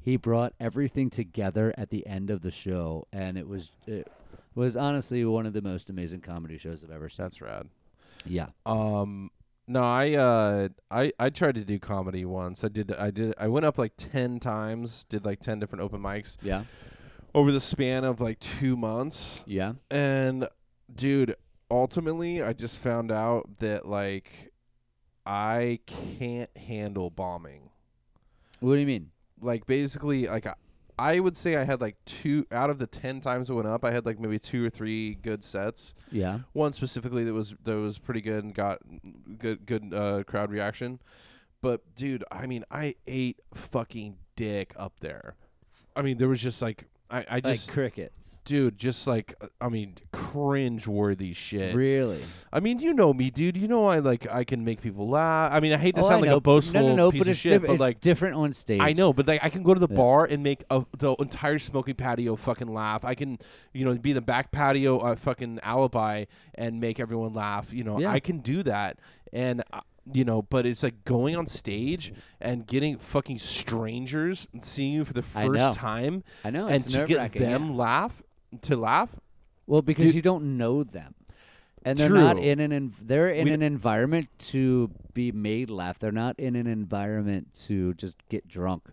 Speaker 1: he brought everything together at the end of the show and it was it was honestly one of the most amazing comedy shows I've ever seen.
Speaker 2: That's rad.
Speaker 1: Yeah.
Speaker 2: Um no, I uh I I tried to do comedy once. I did I did I went up like 10 times, did like 10 different open mics
Speaker 1: Yeah.
Speaker 2: over the span of like 2 months.
Speaker 1: Yeah.
Speaker 2: And dude, ultimately I just found out that like I can't handle bombing.
Speaker 1: What do you mean?
Speaker 2: Like basically like I, I would say I had like two out of the 10 times I went up, I had like maybe two or three good sets.
Speaker 1: Yeah.
Speaker 2: one specifically that was that was pretty good and got good good uh, crowd reaction. But dude, I mean, I ate fucking dick up there. I mean, there was just like I, I
Speaker 1: Like
Speaker 2: just
Speaker 1: crickets.
Speaker 2: dude, just like I mean, cringe worthy shit.
Speaker 1: Really?
Speaker 2: I mean, you know me, dude. You know I like I can make people laugh. I mean, I hate to
Speaker 1: Oh, I
Speaker 2: sound like
Speaker 1: know,
Speaker 2: a
Speaker 1: but-
Speaker 2: boastful
Speaker 1: no, no, no,
Speaker 2: piece
Speaker 1: but
Speaker 2: of
Speaker 1: it's
Speaker 2: shit,
Speaker 1: diff-
Speaker 2: but
Speaker 1: it's
Speaker 2: like
Speaker 1: different on stage.
Speaker 2: I know, but like I can go to the
Speaker 1: Yeah.
Speaker 2: bar and make a, the entire smoking patio fucking laugh. I can, you know, be the back patio uh, fucking alibi and make everyone laugh. You know,
Speaker 1: Yeah.
Speaker 2: I can do that, and uh, you know, but it's like going on stage and getting fucking strangers and seeing you for the
Speaker 1: I
Speaker 2: first
Speaker 1: know.
Speaker 2: time.
Speaker 1: I know,
Speaker 2: and
Speaker 1: it's
Speaker 2: to get
Speaker 1: nerve-wracking,
Speaker 2: them
Speaker 1: yeah.
Speaker 2: laugh to laugh.
Speaker 1: Well, because
Speaker 2: Dude-
Speaker 1: you don't know them. And they're not
Speaker 2: True.
Speaker 1: in an en- they're in
Speaker 2: We d-
Speaker 1: an environment to be made laugh. They're not in an environment to just get drunk.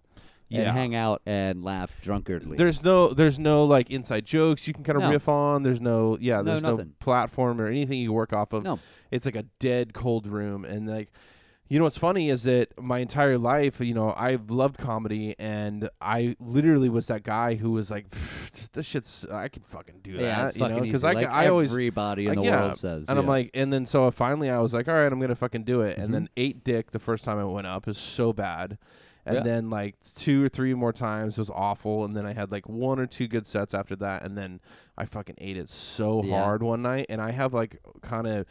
Speaker 2: Yeah.
Speaker 1: and hang out and laugh drunkardly.
Speaker 2: There's no there's no like inside jokes you can kind of
Speaker 1: No.
Speaker 2: riff on. There's no yeah,
Speaker 1: No,
Speaker 2: there's no,
Speaker 1: nothing.
Speaker 2: platform or anything you work off of.
Speaker 1: No.
Speaker 2: It's like a dead cold room and like you know what's funny is that my entire life, you know, I've loved comedy and I literally was that guy who was like this shit's I could fucking do
Speaker 1: yeah,
Speaker 2: that, you know,
Speaker 1: because
Speaker 2: I
Speaker 1: like
Speaker 2: ca- I always
Speaker 1: everybody in
Speaker 2: like,
Speaker 1: the
Speaker 2: Uh, yeah.
Speaker 1: world says,
Speaker 2: And I'm
Speaker 1: yeah.
Speaker 2: like, and then so finally I was like, all right, I'm gonna fucking do it. And
Speaker 1: Mm-hmm.
Speaker 2: then eight dick the first time it went up is so bad, and
Speaker 1: Yeah.
Speaker 2: then like two or three more times was awful, and then I had like one or two good sets after that, and then I fucking ate it so
Speaker 1: Yeah.
Speaker 2: hard one night, and I have like kind of.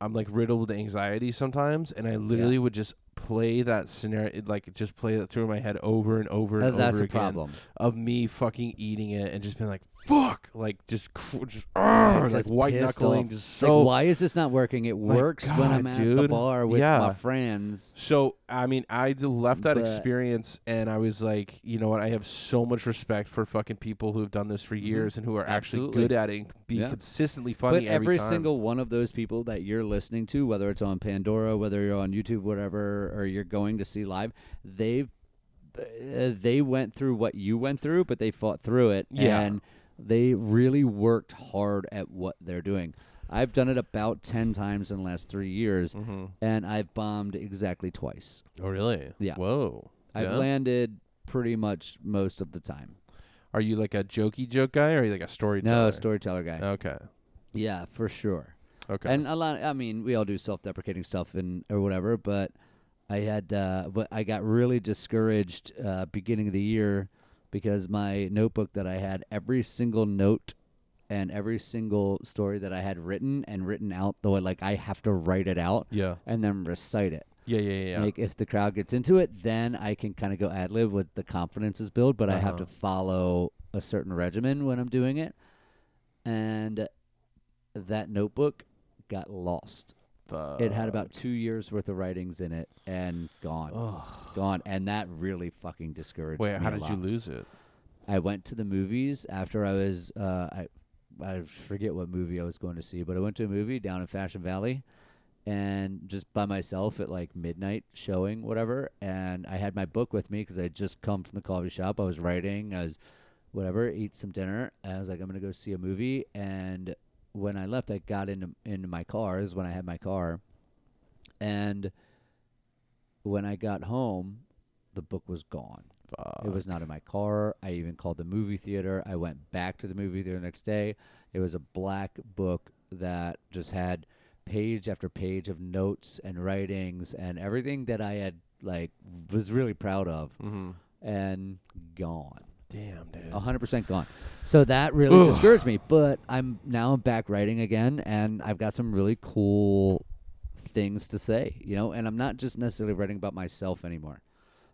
Speaker 2: I'm like riddled with anxiety sometimes, and I literally would just play that scenario, it, like just play that through my head over and over and
Speaker 1: Uh,
Speaker 2: over
Speaker 1: that's a
Speaker 2: again
Speaker 1: problem.
Speaker 2: of me fucking eating it and just being like, "Fuck!" Like just, cr- just, argh,
Speaker 1: Just
Speaker 2: like white
Speaker 1: pissed
Speaker 2: knuckling,
Speaker 1: off.
Speaker 2: just
Speaker 1: Like,
Speaker 2: so
Speaker 1: why is this not working? It
Speaker 2: Like,
Speaker 1: works when I'm
Speaker 2: God,
Speaker 1: at the
Speaker 2: dude.
Speaker 1: bar with
Speaker 2: Yeah.
Speaker 1: my friends.
Speaker 2: So I mean, I d- left that
Speaker 1: But-
Speaker 2: experience, and I was like, you know what? I have so much respect for fucking people who have done this for years and who are actually
Speaker 1: Mm-hmm. Absolutely.
Speaker 2: good at it, and be
Speaker 1: Yeah.
Speaker 2: consistently funny
Speaker 1: but every,
Speaker 2: time.
Speaker 1: single one of those people that you're listening to, whether it's on Pandora, whether you're on YouTube, whatever, or you're going to see live, they've uh, they went through what you went through, but they fought through it,
Speaker 2: Yeah.
Speaker 1: and they really worked hard at what they're doing. I've done it about ten times in the last three years,
Speaker 2: Mm-hmm.
Speaker 1: and I've bombed exactly twice.
Speaker 2: Oh really?
Speaker 1: Yeah.
Speaker 2: Whoa.
Speaker 1: I've
Speaker 2: Yeah?
Speaker 1: landed pretty much most of the time.
Speaker 2: Are you like a jokey joke guy, or are you like a storyteller?
Speaker 1: No, storyteller guy.
Speaker 2: Okay.
Speaker 1: Yeah, for sure.
Speaker 2: Okay.
Speaker 1: And a lot. I mean, we all do self-deprecating stuff and or whatever. But I had, uh, but I got really discouraged uh, beginning of the year because my notebook that I had every single note and every single story that I had written and written out, though, I, like I have to write it out
Speaker 2: yeah.
Speaker 1: and then recite it.
Speaker 2: Yeah. Yeah. Yeah. yeah.
Speaker 1: Like if the crowd gets into it, then I can kind of go ad lib with the confidence is built, but I have
Speaker 2: Uh-huh.
Speaker 1: to follow a certain regimen when I'm doing it. And that notebook got lost. it had about two years worth of writings in it and gone, gone, and that really fucking discouraged
Speaker 2: Wait,
Speaker 1: me.
Speaker 2: how
Speaker 1: a
Speaker 2: did you
Speaker 1: lot.
Speaker 2: lose it?
Speaker 1: I went to the movies after I was uh, I I forget what movie I was going to see, but I went to a movie down in Fashion Valley and just by myself at like midnight showing whatever and I had my book with me cuz I had just come from the coffee shop. I was writing, I was whatever, eat some dinner. I was like I'm going to go see a movie and when I left I got into into my car is when I had my car and when I got home the book was gone. It was not in my car. I even called the movie theater. I went back to the movie theater the next day. It was a black book that just had page after page of notes and writings and everything that I had like was really proud of and gone.
Speaker 2: Damn, dude.
Speaker 1: A hundred percent gone. So that really discouraged me. But I'm now I'm back writing again, and I've got some really cool things to say. You know, and I'm not just necessarily writing about myself anymore,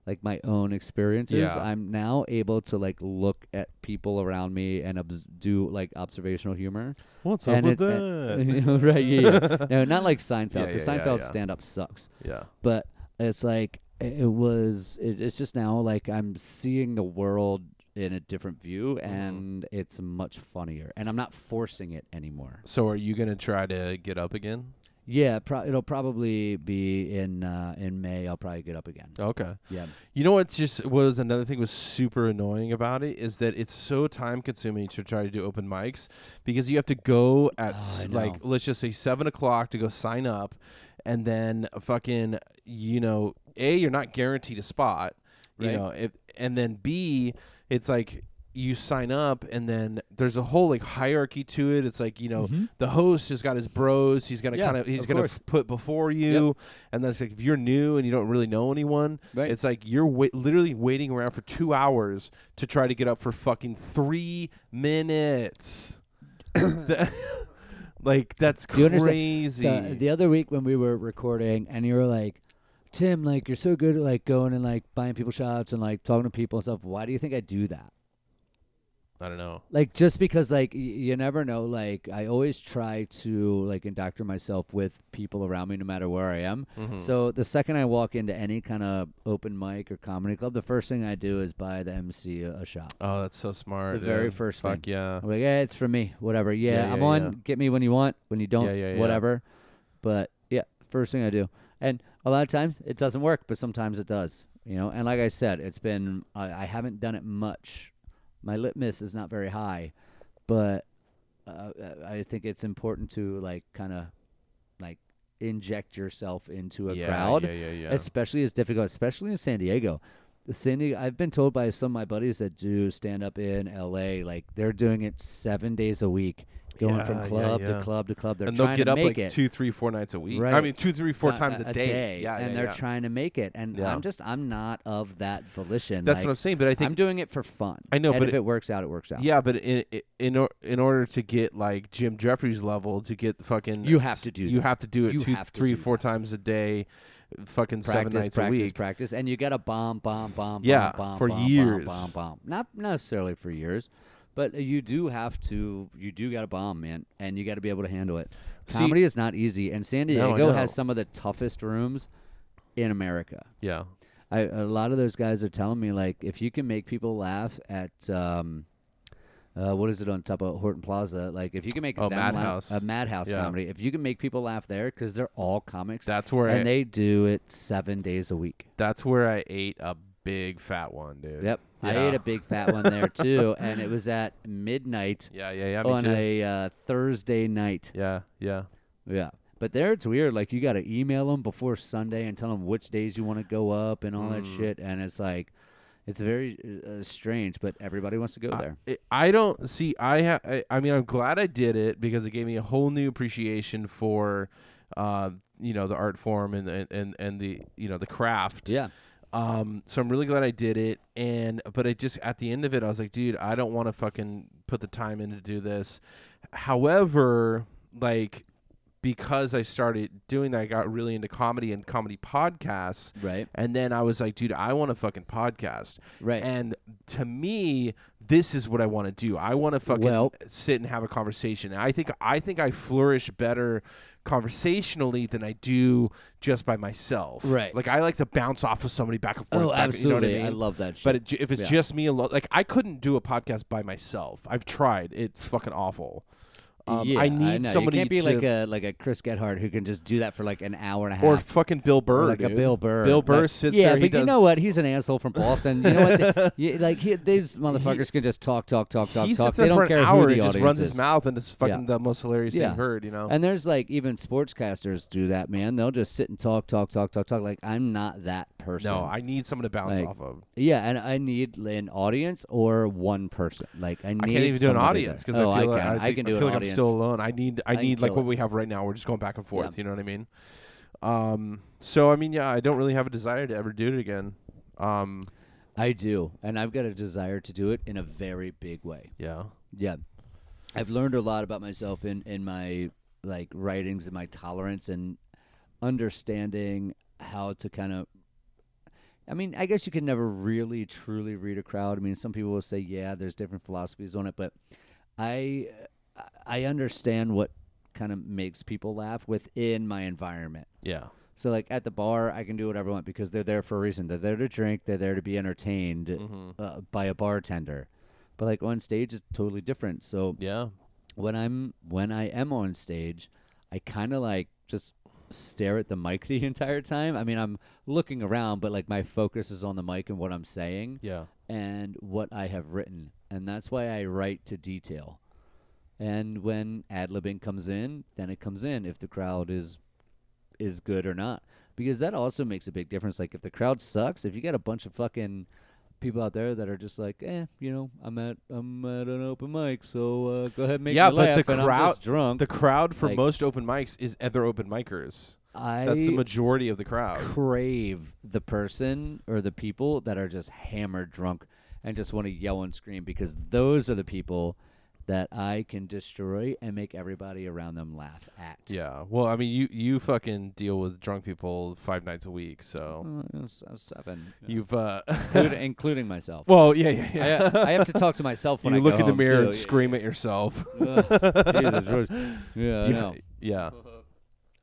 Speaker 1: like my own experiences.
Speaker 2: Yeah.
Speaker 1: I'm now able to like look at people around me and obs- do like observational humor.
Speaker 2: What's
Speaker 1: and
Speaker 2: up with
Speaker 1: it- uh,
Speaker 2: that?
Speaker 1: and- right? Yeah, yeah. No, not like Seinfeld.
Speaker 2: Yeah,
Speaker 1: 'cause
Speaker 2: yeah, yeah,
Speaker 1: Seinfeld
Speaker 2: yeah.
Speaker 1: stand up sucks
Speaker 2: yeah.
Speaker 1: but it's like it it was it, it's just now like i'm seeing the world in a different view and it's much funnier and i'm not forcing it anymore
Speaker 2: So are you gonna try to get up again?
Speaker 1: yeah pro- it'll probably be in uh, in may i'll probably get up again
Speaker 2: Okay.
Speaker 1: yeah
Speaker 2: You know what's just was another thing was super annoying about it is that it's so time consuming to try to do open mics because you have to go at s-
Speaker 1: Oh, I
Speaker 2: like
Speaker 1: know.
Speaker 2: let's just say seven o'clock to go sign up, and then fucking you know a you're not guaranteed a spot, you
Speaker 1: Right.
Speaker 2: know if and then b it's like you sign up and then there's a whole like hierarchy to it. It's like you know the host has got his bros. He's gonna
Speaker 1: Mm-hmm. Yeah,
Speaker 2: kind of he's
Speaker 1: of
Speaker 2: gonna
Speaker 1: course.
Speaker 2: f- put before you, and that's like if you're new and you don't really know anyone,
Speaker 1: Right.
Speaker 2: it's like you're wait literally waiting around for two hours to try to get up for fucking three minutes. That- like that's
Speaker 1: Do you understand?
Speaker 2: crazy.
Speaker 1: So the other week when we were recording, and you were like, "Tim, like you're so good at like going and like buying people shots and like talking to people and stuff. Why do you think I do that?"
Speaker 2: I don't know.
Speaker 1: like just because like y- you never know like i always try to like indoctrinate myself with people around me no matter where i am
Speaker 2: Hmm. Mm-hmm.
Speaker 1: so the second i walk into any kind of open mic or comedy club the first thing i do is buy the mc a, a shot
Speaker 2: Oh, that's so smart.
Speaker 1: the very
Speaker 2: dude.
Speaker 1: first
Speaker 2: Fuck
Speaker 1: thing
Speaker 2: yeah.
Speaker 1: I'm like yeah it's for me whatever yeah,
Speaker 2: Yeah,
Speaker 1: i'm
Speaker 2: yeah,
Speaker 1: on
Speaker 2: yeah.
Speaker 1: get me when you want when you don't
Speaker 2: Yeah, yeah, yeah.
Speaker 1: whatever but yeah first thing i do and a lot of times it doesn't work but sometimes it does You know, and like I said, it's been I, I haven't done it much. My litmus is not very high, but uh, I think it's important to like kind of like inject yourself into a
Speaker 5: yeah,
Speaker 1: crowd,
Speaker 5: Yeah, yeah, yeah.
Speaker 1: especially as difficult, especially in San Diego. The San Diego, I've been told by some of my buddies that do stand up in L.A. Like they're doing it seven days a week, going
Speaker 2: Yeah,
Speaker 1: from
Speaker 2: yeah,
Speaker 1: club
Speaker 2: yeah.
Speaker 1: to club to club. They're
Speaker 2: and they'll
Speaker 1: trying
Speaker 2: get
Speaker 1: to
Speaker 2: up
Speaker 1: make
Speaker 2: like
Speaker 1: it
Speaker 2: two, three, four nights a week. I
Speaker 1: Right.
Speaker 2: mean, two, three, four times a, day. Yeah,
Speaker 1: and
Speaker 2: yeah,
Speaker 1: they're
Speaker 2: yeah.
Speaker 1: trying to make it. And
Speaker 2: Yeah.
Speaker 1: I'm just, I'm not of that volition.
Speaker 2: That's
Speaker 1: Like,
Speaker 2: what I'm saying. But I think
Speaker 1: I'm doing it for fun.
Speaker 2: I know,
Speaker 1: and
Speaker 2: but
Speaker 1: if
Speaker 2: it-
Speaker 1: it, works out, it works out.
Speaker 2: Yeah, but in i- in or, in order to get like Jim Jeffries level to get the fucking
Speaker 1: You have to do
Speaker 2: you
Speaker 1: that.
Speaker 2: have to do it
Speaker 1: You
Speaker 2: two,
Speaker 1: have to do
Speaker 2: three, four times a day, fucking seven
Speaker 1: practice,
Speaker 2: nights a
Speaker 1: practice,
Speaker 2: week.
Speaker 1: practice, and you got to bomb, bomb, bomb,
Speaker 2: Yeah,
Speaker 1: bomb, bomb,
Speaker 2: for
Speaker 1: bomb, bomb,
Speaker 2: years.
Speaker 1: bomb, bomb. Not necessarily for years, but you do have to. You do got to bomb, man, and you got to be able to handle it.
Speaker 2: See-
Speaker 1: Comedy is not easy, and San
Speaker 2: No, I
Speaker 1: Diego has
Speaker 2: know.
Speaker 1: some of the toughest rooms in America.
Speaker 5: yeah.
Speaker 1: I, a lot of those guys are telling me like if you can make people laugh at um, uh, what is it on top of Horton Plaza? Like if you can make
Speaker 2: Oh,
Speaker 1: them laugh-
Speaker 2: Madhouse.
Speaker 1: a madhouse
Speaker 2: Yeah.
Speaker 1: comedy. If you can make people laugh there because they're all comics
Speaker 2: That's where I
Speaker 1: and they do it seven days a week.
Speaker 2: that's where I ate
Speaker 5: A big fat one, dude.
Speaker 1: Yep, I
Speaker 5: Yeah.
Speaker 1: ate a big fat one there too, and it was at midnight
Speaker 2: Yeah, yeah, yeah. Me
Speaker 1: on
Speaker 2: too.
Speaker 1: a uh, Thursday night.
Speaker 2: yeah, yeah.
Speaker 1: Yeah. But there it's weird. Like you got to email them before Sunday and tell them which days you want to go up and all that
Speaker 2: Mm.
Speaker 1: shit. And it's like, it's very uh, strange. But everybody wants to go there.
Speaker 2: I, I don't see. I ha- I, I mean, I'm glad I did it because it gave me a whole new appreciation for, uh, you know, the art form and and and, and the you know the craft.
Speaker 1: Yeah.
Speaker 2: Um, so I'm really glad I did it, and but I just at the end of it, I was like, dude, I don't want to fucking put the time in to do this. However, like because I started doing that, I got really into comedy and comedy podcasts,
Speaker 1: Right.
Speaker 2: and then I was like, dude, I want a fucking podcast,
Speaker 1: Right.
Speaker 2: And to me, this is what I want to do. I want to fucking
Speaker 1: Well-
Speaker 2: sit and have a conversation. And I think I think I flourish better conversationally than I do just by myself.
Speaker 1: Right.
Speaker 2: Like I like to bounce off of somebody back and forth.
Speaker 1: oh,
Speaker 2: back,
Speaker 1: absolutely.
Speaker 2: You know what I
Speaker 1: I
Speaker 2: mean?
Speaker 1: love that shit.
Speaker 2: But it, ju- if it's
Speaker 1: Yeah.
Speaker 2: just me alone, like I couldn't do a podcast by myself. I've tried. It's fucking awful. Um,
Speaker 1: yeah,
Speaker 2: I need
Speaker 1: know.
Speaker 2: somebody
Speaker 1: You can't be
Speaker 2: to,
Speaker 1: like a like a Chris Gethard who can just do that for like an hour and a half.
Speaker 2: or fucking Bill Burr,
Speaker 1: like a
Speaker 2: dude.
Speaker 1: Bill Burr.
Speaker 2: Bill Burr
Speaker 1: Like,
Speaker 2: sits
Speaker 1: yeah,
Speaker 2: there.
Speaker 1: but
Speaker 2: he
Speaker 1: you
Speaker 2: does
Speaker 1: know what? He's an asshole from Boston. You know what? They- you- like he, these motherfuckers can just talk, talk, talk, talk,
Speaker 2: he
Speaker 1: talk.
Speaker 2: sits
Speaker 1: They
Speaker 2: there
Speaker 1: don't
Speaker 2: for an
Speaker 1: care who
Speaker 2: hour and
Speaker 1: the
Speaker 2: just
Speaker 1: audience
Speaker 2: runs
Speaker 1: is.
Speaker 2: his mouth, and it's fucking
Speaker 1: Yeah.
Speaker 2: the most hilarious thing
Speaker 1: Yeah.
Speaker 2: I've heard. You know.
Speaker 1: And there's like even sportscasters do that, man. They'll just sit and talk, talk, talk, talk, talk. Like I'm not that person.
Speaker 2: No, I need someone to bounce
Speaker 1: Like,
Speaker 2: off of.
Speaker 1: yeah, and I need an audience or one person. Like I need.
Speaker 2: I can't even do an
Speaker 1: somebody
Speaker 2: audience
Speaker 1: there.
Speaker 2: because
Speaker 1: oh,
Speaker 2: I feel
Speaker 1: I
Speaker 2: like
Speaker 1: can.
Speaker 2: I, think-
Speaker 1: can
Speaker 2: I
Speaker 1: do
Speaker 2: feel
Speaker 1: an
Speaker 2: like
Speaker 1: audience.
Speaker 2: I'm still alone. I need I,
Speaker 1: I can
Speaker 2: need like
Speaker 1: kill
Speaker 2: what
Speaker 1: it.
Speaker 2: we have right now. We're just going back and forth.
Speaker 1: Yeah.
Speaker 2: You know what I mean? Um. So I mean, yeah, I don't really have a desire to ever do it again. Um.
Speaker 1: I do, and I've got a desire to do it in a very big way.
Speaker 2: Yeah.
Speaker 1: Yeah, I've learned a lot about myself in in my like writings and my tolerance and understanding how to kind of. I mean, I guess you can never really truly read a crowd. I mean, some people will say, "Yeah, there's different philosophies on it," but I I understand what kind of makes people laugh within my environment.
Speaker 2: Yeah.
Speaker 1: So like at the bar, I can do whatever I want because they're there for a reason. They're there to drink. They're there to be entertained uh, by a bartender. But like on stage, it's totally different. So
Speaker 2: Yeah.
Speaker 1: when I'm when I am on stage, I kind of like just stare at the mic the entire time. I mean, I'm looking around, but like my focus is on the mic and what I'm saying
Speaker 2: Yeah.
Speaker 1: and what I have written, and that's why I write to detail. And when ad libbing comes in, then it comes in if the crowd is is good or not, because that also makes a big difference. Like if the crowd sucks, if you got a bunch of fucking people out there that are just like, eh, you know, I'm at I'm at an open mic, so uh, go ahead and make
Speaker 2: Yeah,
Speaker 1: me
Speaker 2: but
Speaker 1: laugh,
Speaker 2: the
Speaker 1: and I'm
Speaker 2: crowd-
Speaker 1: just drunk.
Speaker 2: The crowd for
Speaker 1: Like-
Speaker 2: most open mics is other open micers.
Speaker 1: I
Speaker 2: That's the majority of the crowd.
Speaker 1: crave the person or the people that are just hammered drunk and just want to yell and scream because those are the people that I can destroy and make everybody around them laugh at.
Speaker 2: Yeah. Well, I mean, you you fucking deal with drunk people five nights a week, so
Speaker 1: Uh, it was- I was seven,
Speaker 2: you've uh.
Speaker 1: Include- including myself.
Speaker 2: well, yeah, yeah,
Speaker 1: I,
Speaker 2: yeah.
Speaker 1: I have to talk to myself when
Speaker 2: you
Speaker 1: I
Speaker 2: look
Speaker 1: go
Speaker 2: in the
Speaker 1: home,
Speaker 2: mirror
Speaker 1: too.
Speaker 2: and scream at yourself.
Speaker 1: Ugh, Jesus Christ. Yeah, I know.
Speaker 2: yeah.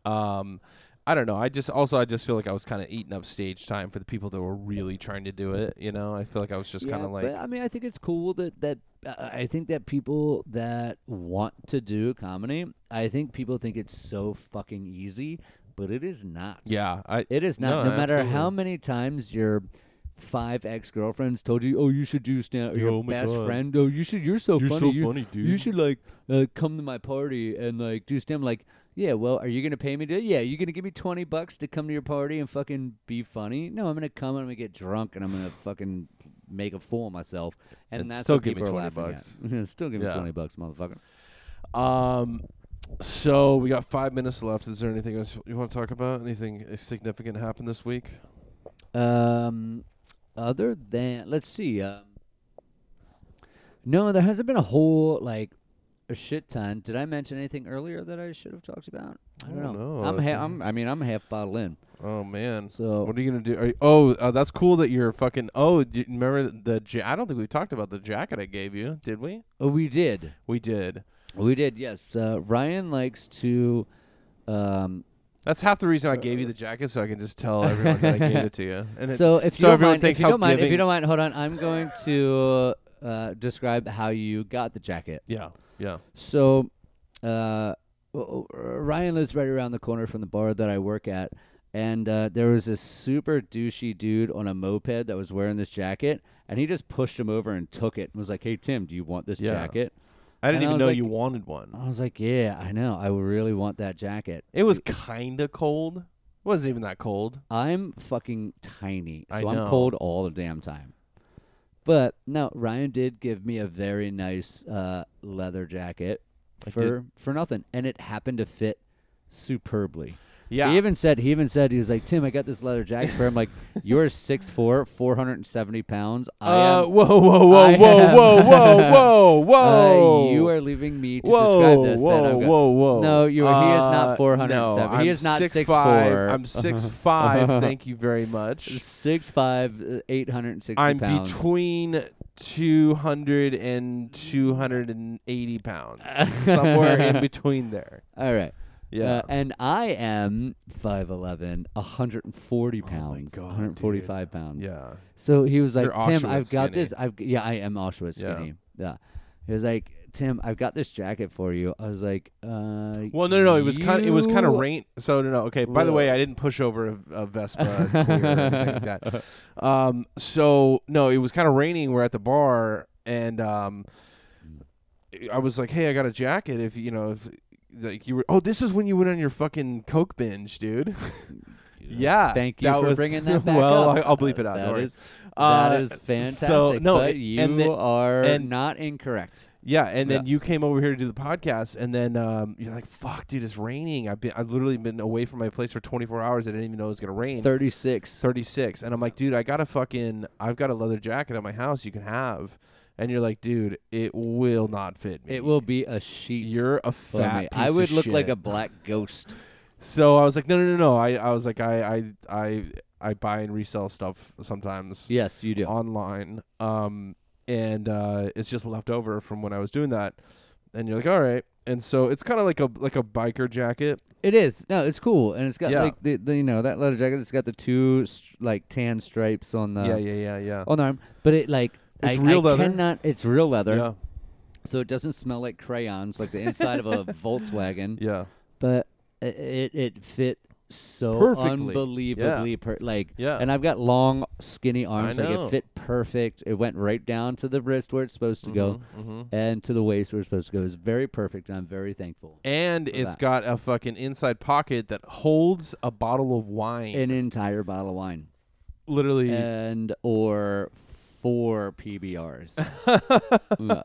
Speaker 2: Um, I don't know. I just also I just feel like I was kind of eating up stage time for the people that were really trying to do it. You know, I feel like I was just kind
Speaker 1: Yeah,
Speaker 2: of like,
Speaker 1: but, I mean, I think it's cool that that uh, I think that people that want to do comedy, I think people think it's so fucking easy, but it is not.
Speaker 2: yeah, I
Speaker 1: It is not.
Speaker 2: No,
Speaker 1: No, matter how
Speaker 2: absolutely.
Speaker 1: many times you're five ex girlfriends told you, "Oh, you should do stand." Or
Speaker 5: Yeah,
Speaker 1: your
Speaker 5: oh my
Speaker 1: best
Speaker 5: God.
Speaker 1: friend, "Oh, you should. You're so
Speaker 5: You're
Speaker 1: funny.
Speaker 5: so
Speaker 1: you,
Speaker 5: funny, dude."
Speaker 1: You should like uh, come to my party and like do stand." I'm Like, yeah, well, are you gonna pay me to? Yeah, you gonna give me twenty bucks to come to your party and fucking be funny? No, I'm gonna come and I'm gonna get drunk and I'm gonna fucking make a fool of myself. And,
Speaker 5: And
Speaker 1: that's
Speaker 5: still
Speaker 1: what
Speaker 5: give me
Speaker 1: people are
Speaker 5: 20
Speaker 1: laughing at. still give me
Speaker 2: Yeah.
Speaker 1: twenty bucks, motherfucker.
Speaker 2: Um, so we got five minutes left. Is there anything else you want to talk about? Anything significant happened this week?
Speaker 1: Um, other than let's see. Um, no, there hasn't been a whole like a shit ton. Did I mention anything earlier that I should have talked about? I don't,
Speaker 2: don't know.
Speaker 1: I'm,
Speaker 2: I
Speaker 1: ha-
Speaker 2: don't-
Speaker 1: I'm I mean, I'm half bottle in.
Speaker 2: Oh man.
Speaker 1: So
Speaker 2: What are you gonna do? Are you, oh, uh, that's cool that you're fucking. Oh, do you remember the? Ja- I don't think we talked about the jacket I gave you, did we?
Speaker 1: oh, we did,
Speaker 2: We did.
Speaker 1: we did. Yes, uh, Ryan likes to. Um,
Speaker 2: That's half the reason I gave you the jacket, so I can just tell everyone that I gave it to you. And it-
Speaker 1: so if you
Speaker 2: so
Speaker 1: don't
Speaker 2: everyone
Speaker 1: mind,
Speaker 2: thinks
Speaker 1: if you
Speaker 2: how
Speaker 1: don't mind, if you
Speaker 2: giving-
Speaker 1: don't mind, hold on. I'm going to uh, describe how you got the jacket.
Speaker 2: yeah, yeah,
Speaker 1: So, uh, w- w- Ryan lives right around the corner from the bar that I work at, and uh, there was this super douchey dude on a moped that was wearing this jacket, and he just pushed him over and took it and was like, "Hey Tim, do you want this
Speaker 2: Yeah.
Speaker 1: jacket?"
Speaker 2: I
Speaker 1: And I
Speaker 2: didn't even
Speaker 1: was
Speaker 2: know
Speaker 1: like- uh,
Speaker 2: you wanted one.
Speaker 1: I was like, "Yeah, I know. I really want that jacket."
Speaker 2: It was kind of cold. It wasn't even that cold.
Speaker 1: I'm fucking tiny,
Speaker 2: I
Speaker 1: so I'm
Speaker 2: know.
Speaker 1: cold all the damn time. But no, Ryan did give me a very nice uh, leather jacket
Speaker 2: I
Speaker 1: for for nothing, and it happened to fit superbly.
Speaker 2: Yeah,
Speaker 1: He even said he even said he was like Tim, I got this leather jacket for him. Like you're six four, four hundred and seventy pounds. I
Speaker 2: Uh,
Speaker 1: am.
Speaker 2: whoa, whoa, whoa,
Speaker 1: I
Speaker 2: whoa,
Speaker 1: am-
Speaker 2: whoa, whoa, whoa, whoa!
Speaker 1: Uh, you are leaving me to
Speaker 2: whoa,
Speaker 1: describe this.
Speaker 2: whoa,
Speaker 1: then I'm go-
Speaker 2: whoa, whoa!
Speaker 1: No, you are- he is not
Speaker 2: Uh,
Speaker 1: 470.
Speaker 2: No,
Speaker 1: He
Speaker 2: I'm
Speaker 1: is not
Speaker 2: 6'5".
Speaker 1: 6'4".
Speaker 2: I'm six five. thank you very much.
Speaker 1: Six five, uh, eight hundred and sixty
Speaker 2: I'm
Speaker 1: pounds.
Speaker 2: between 200 and 280 pounds, somewhere in between there.
Speaker 1: All right.
Speaker 2: Yeah.
Speaker 1: Uh, and I am 5'11", 140 pounds,
Speaker 2: Oh God,
Speaker 1: 145 pounds.
Speaker 2: yeah.
Speaker 1: So he was like,
Speaker 2: You're
Speaker 1: Tim,
Speaker 2: Auschwitz
Speaker 1: I've got
Speaker 2: skinny.
Speaker 1: this. I've g- yeah, I am Auschwitz
Speaker 2: Yeah.
Speaker 1: skinny. Yeah. He was like, Tim, I've got this jacket for you. I was like, uh.
Speaker 2: Well, no, no, it was kind of it was kind of
Speaker 1: you-
Speaker 2: rain. So no, no. Okay. By the way, I didn't push over a, a Vespa queer or anything like that. Um. So no, it was kind of raining. We're at the bar, and um, I was like, "Hey, I got a jacket. If you know, if like you were. Oh, this is when you went on your fucking coke binge, dude. yeah.
Speaker 1: Thank you
Speaker 2: that
Speaker 1: for
Speaker 2: was-
Speaker 1: bringing that back
Speaker 2: well,
Speaker 1: up.
Speaker 2: I- I'll bleep it out.
Speaker 1: That
Speaker 2: don't worry.
Speaker 1: is-
Speaker 2: Uh,
Speaker 1: that is fantastic.
Speaker 2: So no,
Speaker 1: but
Speaker 2: it-
Speaker 1: you
Speaker 2: and then,
Speaker 1: are
Speaker 2: and-
Speaker 1: not incorrect.
Speaker 2: yeah, and then you
Speaker 1: Yes.
Speaker 2: came over here to do the podcast, and then um, you're like, "Fuck, dude, it's raining. I've been, I've literally been away from my place for 24 hours. I didn't even know it was gonna rain.
Speaker 1: 36.
Speaker 2: 36, and I'm like, dude, I got a fucking, I've got a leather jacket at my house. You can have, and you're like, dude, it will not fit me.
Speaker 1: It will be a sheet.
Speaker 2: You're a
Speaker 1: for me.
Speaker 2: fat. Piece
Speaker 1: I would
Speaker 2: of
Speaker 1: look like
Speaker 2: shit.
Speaker 1: a black ghost.
Speaker 2: So I was like, no, no, no, no. I, I was like, I, I, I, I buy and resell stuff sometimes
Speaker 1: yes, you do.
Speaker 2: online. Um, and uh, it's just left over from when I was doing that. And you're like, all right. And so it's kind of like a like a biker jacket.
Speaker 1: It is. No, it's cool, and it's got
Speaker 2: Yeah.
Speaker 1: like the, the you know that leather jacket. It's got the two str like tan stripes on the
Speaker 2: yeah, yeah, yeah, yeah.
Speaker 1: on the arm, but it like
Speaker 2: It's
Speaker 1: I,
Speaker 2: real
Speaker 1: I
Speaker 2: leather.
Speaker 1: Cannot, it's real leather,
Speaker 2: Yeah,
Speaker 1: so it doesn't smell like crayons like the inside of a Volkswagen.
Speaker 2: yeah,
Speaker 1: But i- it it fit so
Speaker 2: Perfectly.
Speaker 1: unbelievably per- like
Speaker 2: Yeah.
Speaker 1: And I've got long skinny arms, like
Speaker 2: know.
Speaker 1: it fit perfect. It went right down to the wrist where it's supposed to go,
Speaker 2: Mm-hmm.
Speaker 1: and to the waist where it's supposed to go. It was very perfect, and I'm very thankful.
Speaker 2: And it's
Speaker 1: that.
Speaker 2: got a fucking inside pocket that holds a bottle of wine.
Speaker 1: An entire bottle of wine.
Speaker 2: Literally,
Speaker 1: and or four PBRs. Yeah.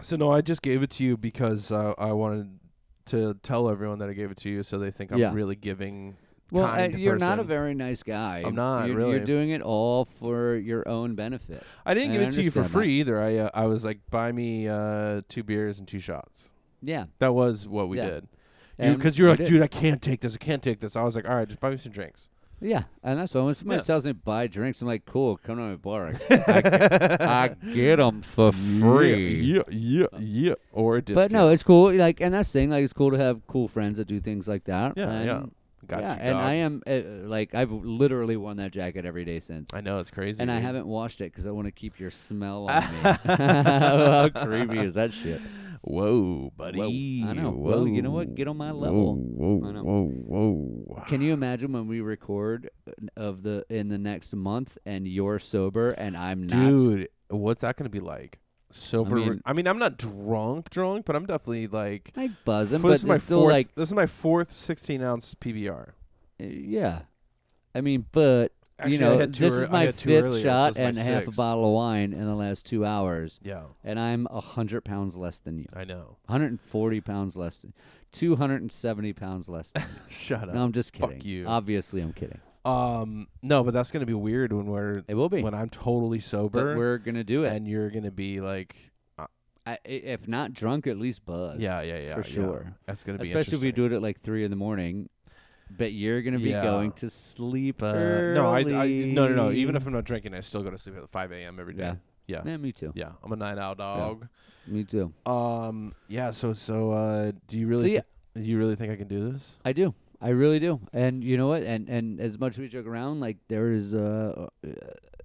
Speaker 2: So no, I just gave it to you because uh, I wanted to tell everyone that I gave it to you, so they think I'm
Speaker 1: Yeah.
Speaker 2: really giving.
Speaker 1: Well, uh,
Speaker 2: kind
Speaker 1: you're not a
Speaker 2: person.
Speaker 1: very nice guy.
Speaker 2: I'm not,
Speaker 1: you're,
Speaker 2: really.
Speaker 1: You're doing it all for your own benefit.
Speaker 2: I didn't
Speaker 1: I
Speaker 2: give it to you for
Speaker 1: understand that.
Speaker 2: free either. I uh, I was like, buy me uh, two beers and two shots.
Speaker 1: Yeah,
Speaker 2: That was what we
Speaker 1: Yeah.
Speaker 2: did.
Speaker 1: And
Speaker 2: Because you, are
Speaker 1: we
Speaker 2: like,
Speaker 1: did.
Speaker 2: dude, I can't take this. I can't take this. I was like, all right, just buy me some drinks.
Speaker 1: yeah, and that's why when somebody
Speaker 2: Yeah.
Speaker 1: tells me buy drinks, I'm like, cool, come to my bar. I, I, I get them for free.
Speaker 2: Yeah, yeah, yeah. Or a
Speaker 1: But
Speaker 2: discount.
Speaker 1: no, it's cool. Like, and that's the thing. Like, it's cool to have cool friends that do things like that.
Speaker 2: yeah,
Speaker 1: and
Speaker 2: yeah. Got
Speaker 1: yeah,
Speaker 2: you,
Speaker 1: and
Speaker 2: dog.
Speaker 1: I am uh, like, I've literally worn that jacket every day since.
Speaker 2: I know it's crazy.
Speaker 1: And I
Speaker 2: dude.
Speaker 1: haven't washed it because I want to keep your smell on me. How creepy is that shit?
Speaker 5: Whoa, buddy.
Speaker 1: I know. Well, you know what? Get on my level.
Speaker 5: Whoa,
Speaker 1: I know.
Speaker 5: whoa, whoa, whoa.
Speaker 1: Can you imagine when we record uh, of the in the next month and you're sober and I'm not?
Speaker 2: Dude, what's that going to be like? Sober. I mean,
Speaker 1: mean-
Speaker 2: I am not drunk, drunk, but I'm definitely like.
Speaker 1: I buzzing,
Speaker 2: f-
Speaker 1: but
Speaker 2: this
Speaker 1: it's
Speaker 2: is my
Speaker 1: still
Speaker 2: fourth.
Speaker 1: like,
Speaker 2: this is my fourth 16 ounce PBR.
Speaker 1: uh, yeah. I mean, but
Speaker 2: Actually,
Speaker 1: you
Speaker 2: I
Speaker 1: know,
Speaker 2: had two
Speaker 1: this
Speaker 2: ear-
Speaker 1: is
Speaker 2: I
Speaker 1: my
Speaker 2: had two
Speaker 1: fifth
Speaker 2: earlier, so
Speaker 1: shot
Speaker 2: this is my
Speaker 1: and half a
Speaker 2: sixth.
Speaker 1: bottle of wine in the last two hours,
Speaker 2: Yeah,
Speaker 1: and I'm a hundred pounds less than you.
Speaker 2: I know.
Speaker 1: 140 pounds less than, 270 pounds less. Than you.
Speaker 2: Shut up.
Speaker 1: no, I'm just
Speaker 2: Fuck
Speaker 1: kidding.
Speaker 2: you.
Speaker 1: Obviously, I'm kidding.
Speaker 2: Um, no, but that's gonna be weird when we're
Speaker 1: It will be.
Speaker 2: when I'm totally
Speaker 1: but
Speaker 2: sober,
Speaker 1: we're gonna do it.
Speaker 2: and you're gonna be like, uh,
Speaker 1: I, i- if not drunk, at least buzzed.
Speaker 2: yeah, yeah, yeah,
Speaker 1: for
Speaker 2: yeah.
Speaker 1: sure.
Speaker 2: That's gonna be
Speaker 1: Especially if we
Speaker 2: interesting.
Speaker 1: do it at like three in the morning. But you're gonna be
Speaker 2: Yeah.
Speaker 1: going to sleep
Speaker 2: But
Speaker 1: early.
Speaker 2: no, I, I no no no. Even if I'm not drinking, I still go to sleep at 5 a.m. every day.
Speaker 1: Yeah.
Speaker 2: Yeah, yeah.
Speaker 1: yeah, me too.
Speaker 2: I'm a nine hour dog.
Speaker 1: Me too.
Speaker 2: Um, yeah. So so uh, do you really
Speaker 1: So, yeah.
Speaker 2: thi- do you really think I can do this?
Speaker 1: I do. I really do. And you know what? And and as much as we joke around, like there is uh,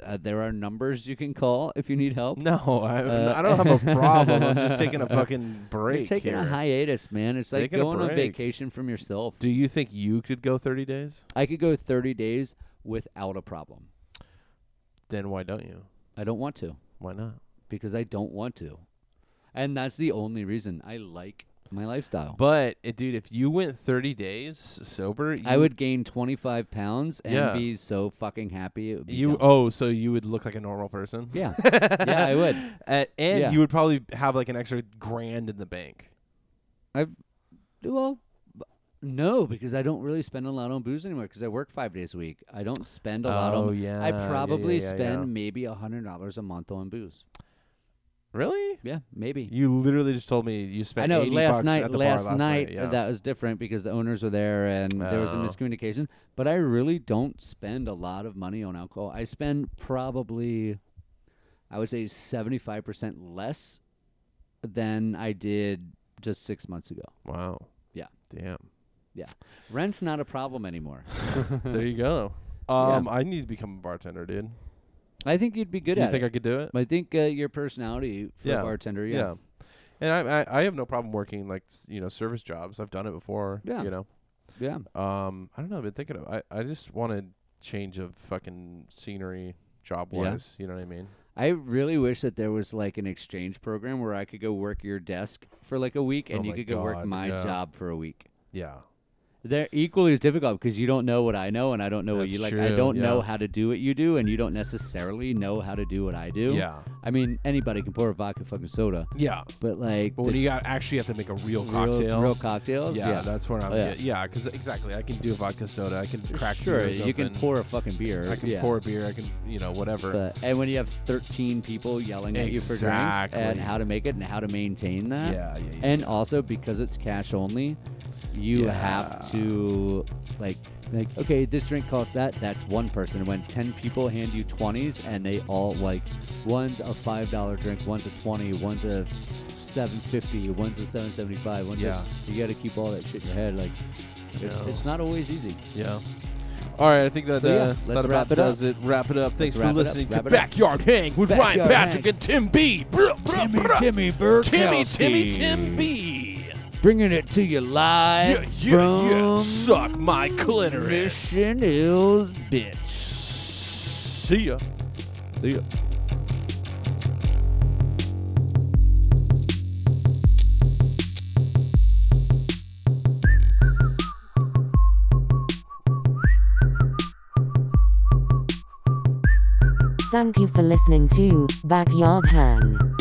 Speaker 1: uh there are numbers you can call if you need help.
Speaker 2: No, I,
Speaker 1: Uh,
Speaker 2: I don't have a problem. I'm just taking a fucking break
Speaker 1: You're taking
Speaker 2: here.
Speaker 1: a hiatus, man. It's like
Speaker 2: Taking a
Speaker 1: going on
Speaker 2: break.
Speaker 1: vacation from yourself.
Speaker 2: do you think you could go 30 days?
Speaker 1: I could go 30 days without a problem.
Speaker 2: Then why don't you?
Speaker 1: I don't want to
Speaker 2: Why not?
Speaker 1: because I don't want to, and that's the only reason I like my lifestyle.
Speaker 2: But eh, dude, if you went 30 days sober, you,
Speaker 1: I would gain 25 pounds and
Speaker 2: Yeah.
Speaker 1: be so fucking happy. It would be
Speaker 2: You
Speaker 1: dumb.
Speaker 2: oh, so you would look like a normal person.
Speaker 1: Yeah. Yeah, I would.
Speaker 2: Uh, and
Speaker 1: Yeah.
Speaker 2: you would probably have like an extra grand in the bank.
Speaker 1: Well, b- no, because I don't really spend a lot on booze anymore because I work five days a week. I don't spend a lot
Speaker 2: Oh,
Speaker 1: on.
Speaker 2: yeah,
Speaker 1: I
Speaker 2: yeah, yeah,
Speaker 1: probably
Speaker 2: yeah,
Speaker 1: spend
Speaker 2: yeah.
Speaker 1: maybe a hundred dollars a month on booze.
Speaker 2: Really?
Speaker 1: Yeah, maybe.
Speaker 2: You literally just told me you spent.
Speaker 1: I know.
Speaker 2: 80
Speaker 1: Last
Speaker 2: bucks
Speaker 1: night,
Speaker 2: at the
Speaker 1: last,
Speaker 2: bar last
Speaker 1: night,
Speaker 2: yeah.
Speaker 1: that was different because the owners were there and there was a
Speaker 2: Oh.
Speaker 1: miscommunication. But I really don't spend a lot of money on alcohol. I spend probably, I would say, seventy-five percent less than I did just six months ago.
Speaker 2: wow.
Speaker 1: Yeah.
Speaker 2: Damn.
Speaker 1: Rent's not a problem anymore.
Speaker 2: there you go. Um, I need to become a bartender, dude.
Speaker 1: I think you'd be good
Speaker 2: do you
Speaker 1: at
Speaker 2: think
Speaker 1: it.
Speaker 2: I could do it?
Speaker 1: I think uh, your personality for
Speaker 2: Yeah,
Speaker 1: a bartender, yeah.
Speaker 2: And I, I, I have no problem working like s- you know service jobs. I've done it before.
Speaker 1: Yeah.
Speaker 2: You know.
Speaker 1: Yeah.
Speaker 2: Um, I don't know. I've been thinking of. I, I just want to change of fucking scenery, job
Speaker 1: Yeah.
Speaker 2: wise. You know what I mean?
Speaker 1: I really wish that there was like an exchange program where I could go work your desk for like a week and
Speaker 2: Oh
Speaker 1: you
Speaker 2: my
Speaker 1: could go work
Speaker 2: God,
Speaker 1: my
Speaker 2: yeah.
Speaker 1: job for a week.
Speaker 2: Yeah.
Speaker 1: They're equally as difficult because you don't know what I know and I don't know what
Speaker 2: That's
Speaker 1: you like. I
Speaker 2: true,
Speaker 1: don't know
Speaker 2: yeah.
Speaker 1: how to do what you do and you don't necessarily know how to do what I do.
Speaker 2: Yeah.
Speaker 1: I mean, anybody can pour a vodka fucking soda,
Speaker 2: Yeah.
Speaker 1: but like
Speaker 2: But
Speaker 1: the
Speaker 2: when you got actually have to make a real
Speaker 1: real,
Speaker 2: cocktail.
Speaker 1: real cocktails,
Speaker 2: yeah,
Speaker 1: yeah.
Speaker 2: that's where I'm.
Speaker 1: Oh, yeah.
Speaker 2: yeah, yeah, because exactly, I can do vodka soda. I can crack
Speaker 1: sure,
Speaker 2: beers
Speaker 1: you can
Speaker 2: open,
Speaker 1: pour a fucking beer.
Speaker 2: I can
Speaker 1: yeah.
Speaker 2: pour a beer. I can, you know, whatever.
Speaker 1: But, and when you have 13 people yelling at you for drinks
Speaker 2: Exactly.
Speaker 1: and how to make it and how to maintain that.
Speaker 2: Yeah, yeah, yeah,
Speaker 1: And also because it's cash only, you have
Speaker 2: Yeah.
Speaker 1: to like like okay, this drink costs that. That's one person. When 10 people hand you 20s and they all like one's a $5 drink, one's a 20, one's a 750, one's a 775, one's
Speaker 2: Yeah.
Speaker 1: a, you got to keep all that shit in your head like it's,
Speaker 2: Yeah.
Speaker 1: it's not always easy.
Speaker 2: yeah. All right, I think that
Speaker 1: So, yeah,
Speaker 2: uh, that
Speaker 1: let's
Speaker 2: about
Speaker 1: wrap it up.
Speaker 2: does it. Wrap it up. Thanks
Speaker 1: wrap
Speaker 2: for
Speaker 1: it up,
Speaker 2: listening
Speaker 1: wrap
Speaker 2: to
Speaker 1: it up.
Speaker 2: Backyard Hang with Ryan
Speaker 1: Backyard
Speaker 2: Patrick
Speaker 1: Hang.
Speaker 2: and Tim B. Bruh, bruh, bruh.
Speaker 1: Timmy Burke.
Speaker 2: Timmy, Timmy, Tim B.
Speaker 1: Bringing it to you live
Speaker 2: Yeah, yeah, yeah.
Speaker 1: from
Speaker 2: Suck my clitoris.
Speaker 1: Mission Hills, bitch.
Speaker 2: See ya.
Speaker 1: See ya.
Speaker 3: Thank you for listening to Backyard Hang.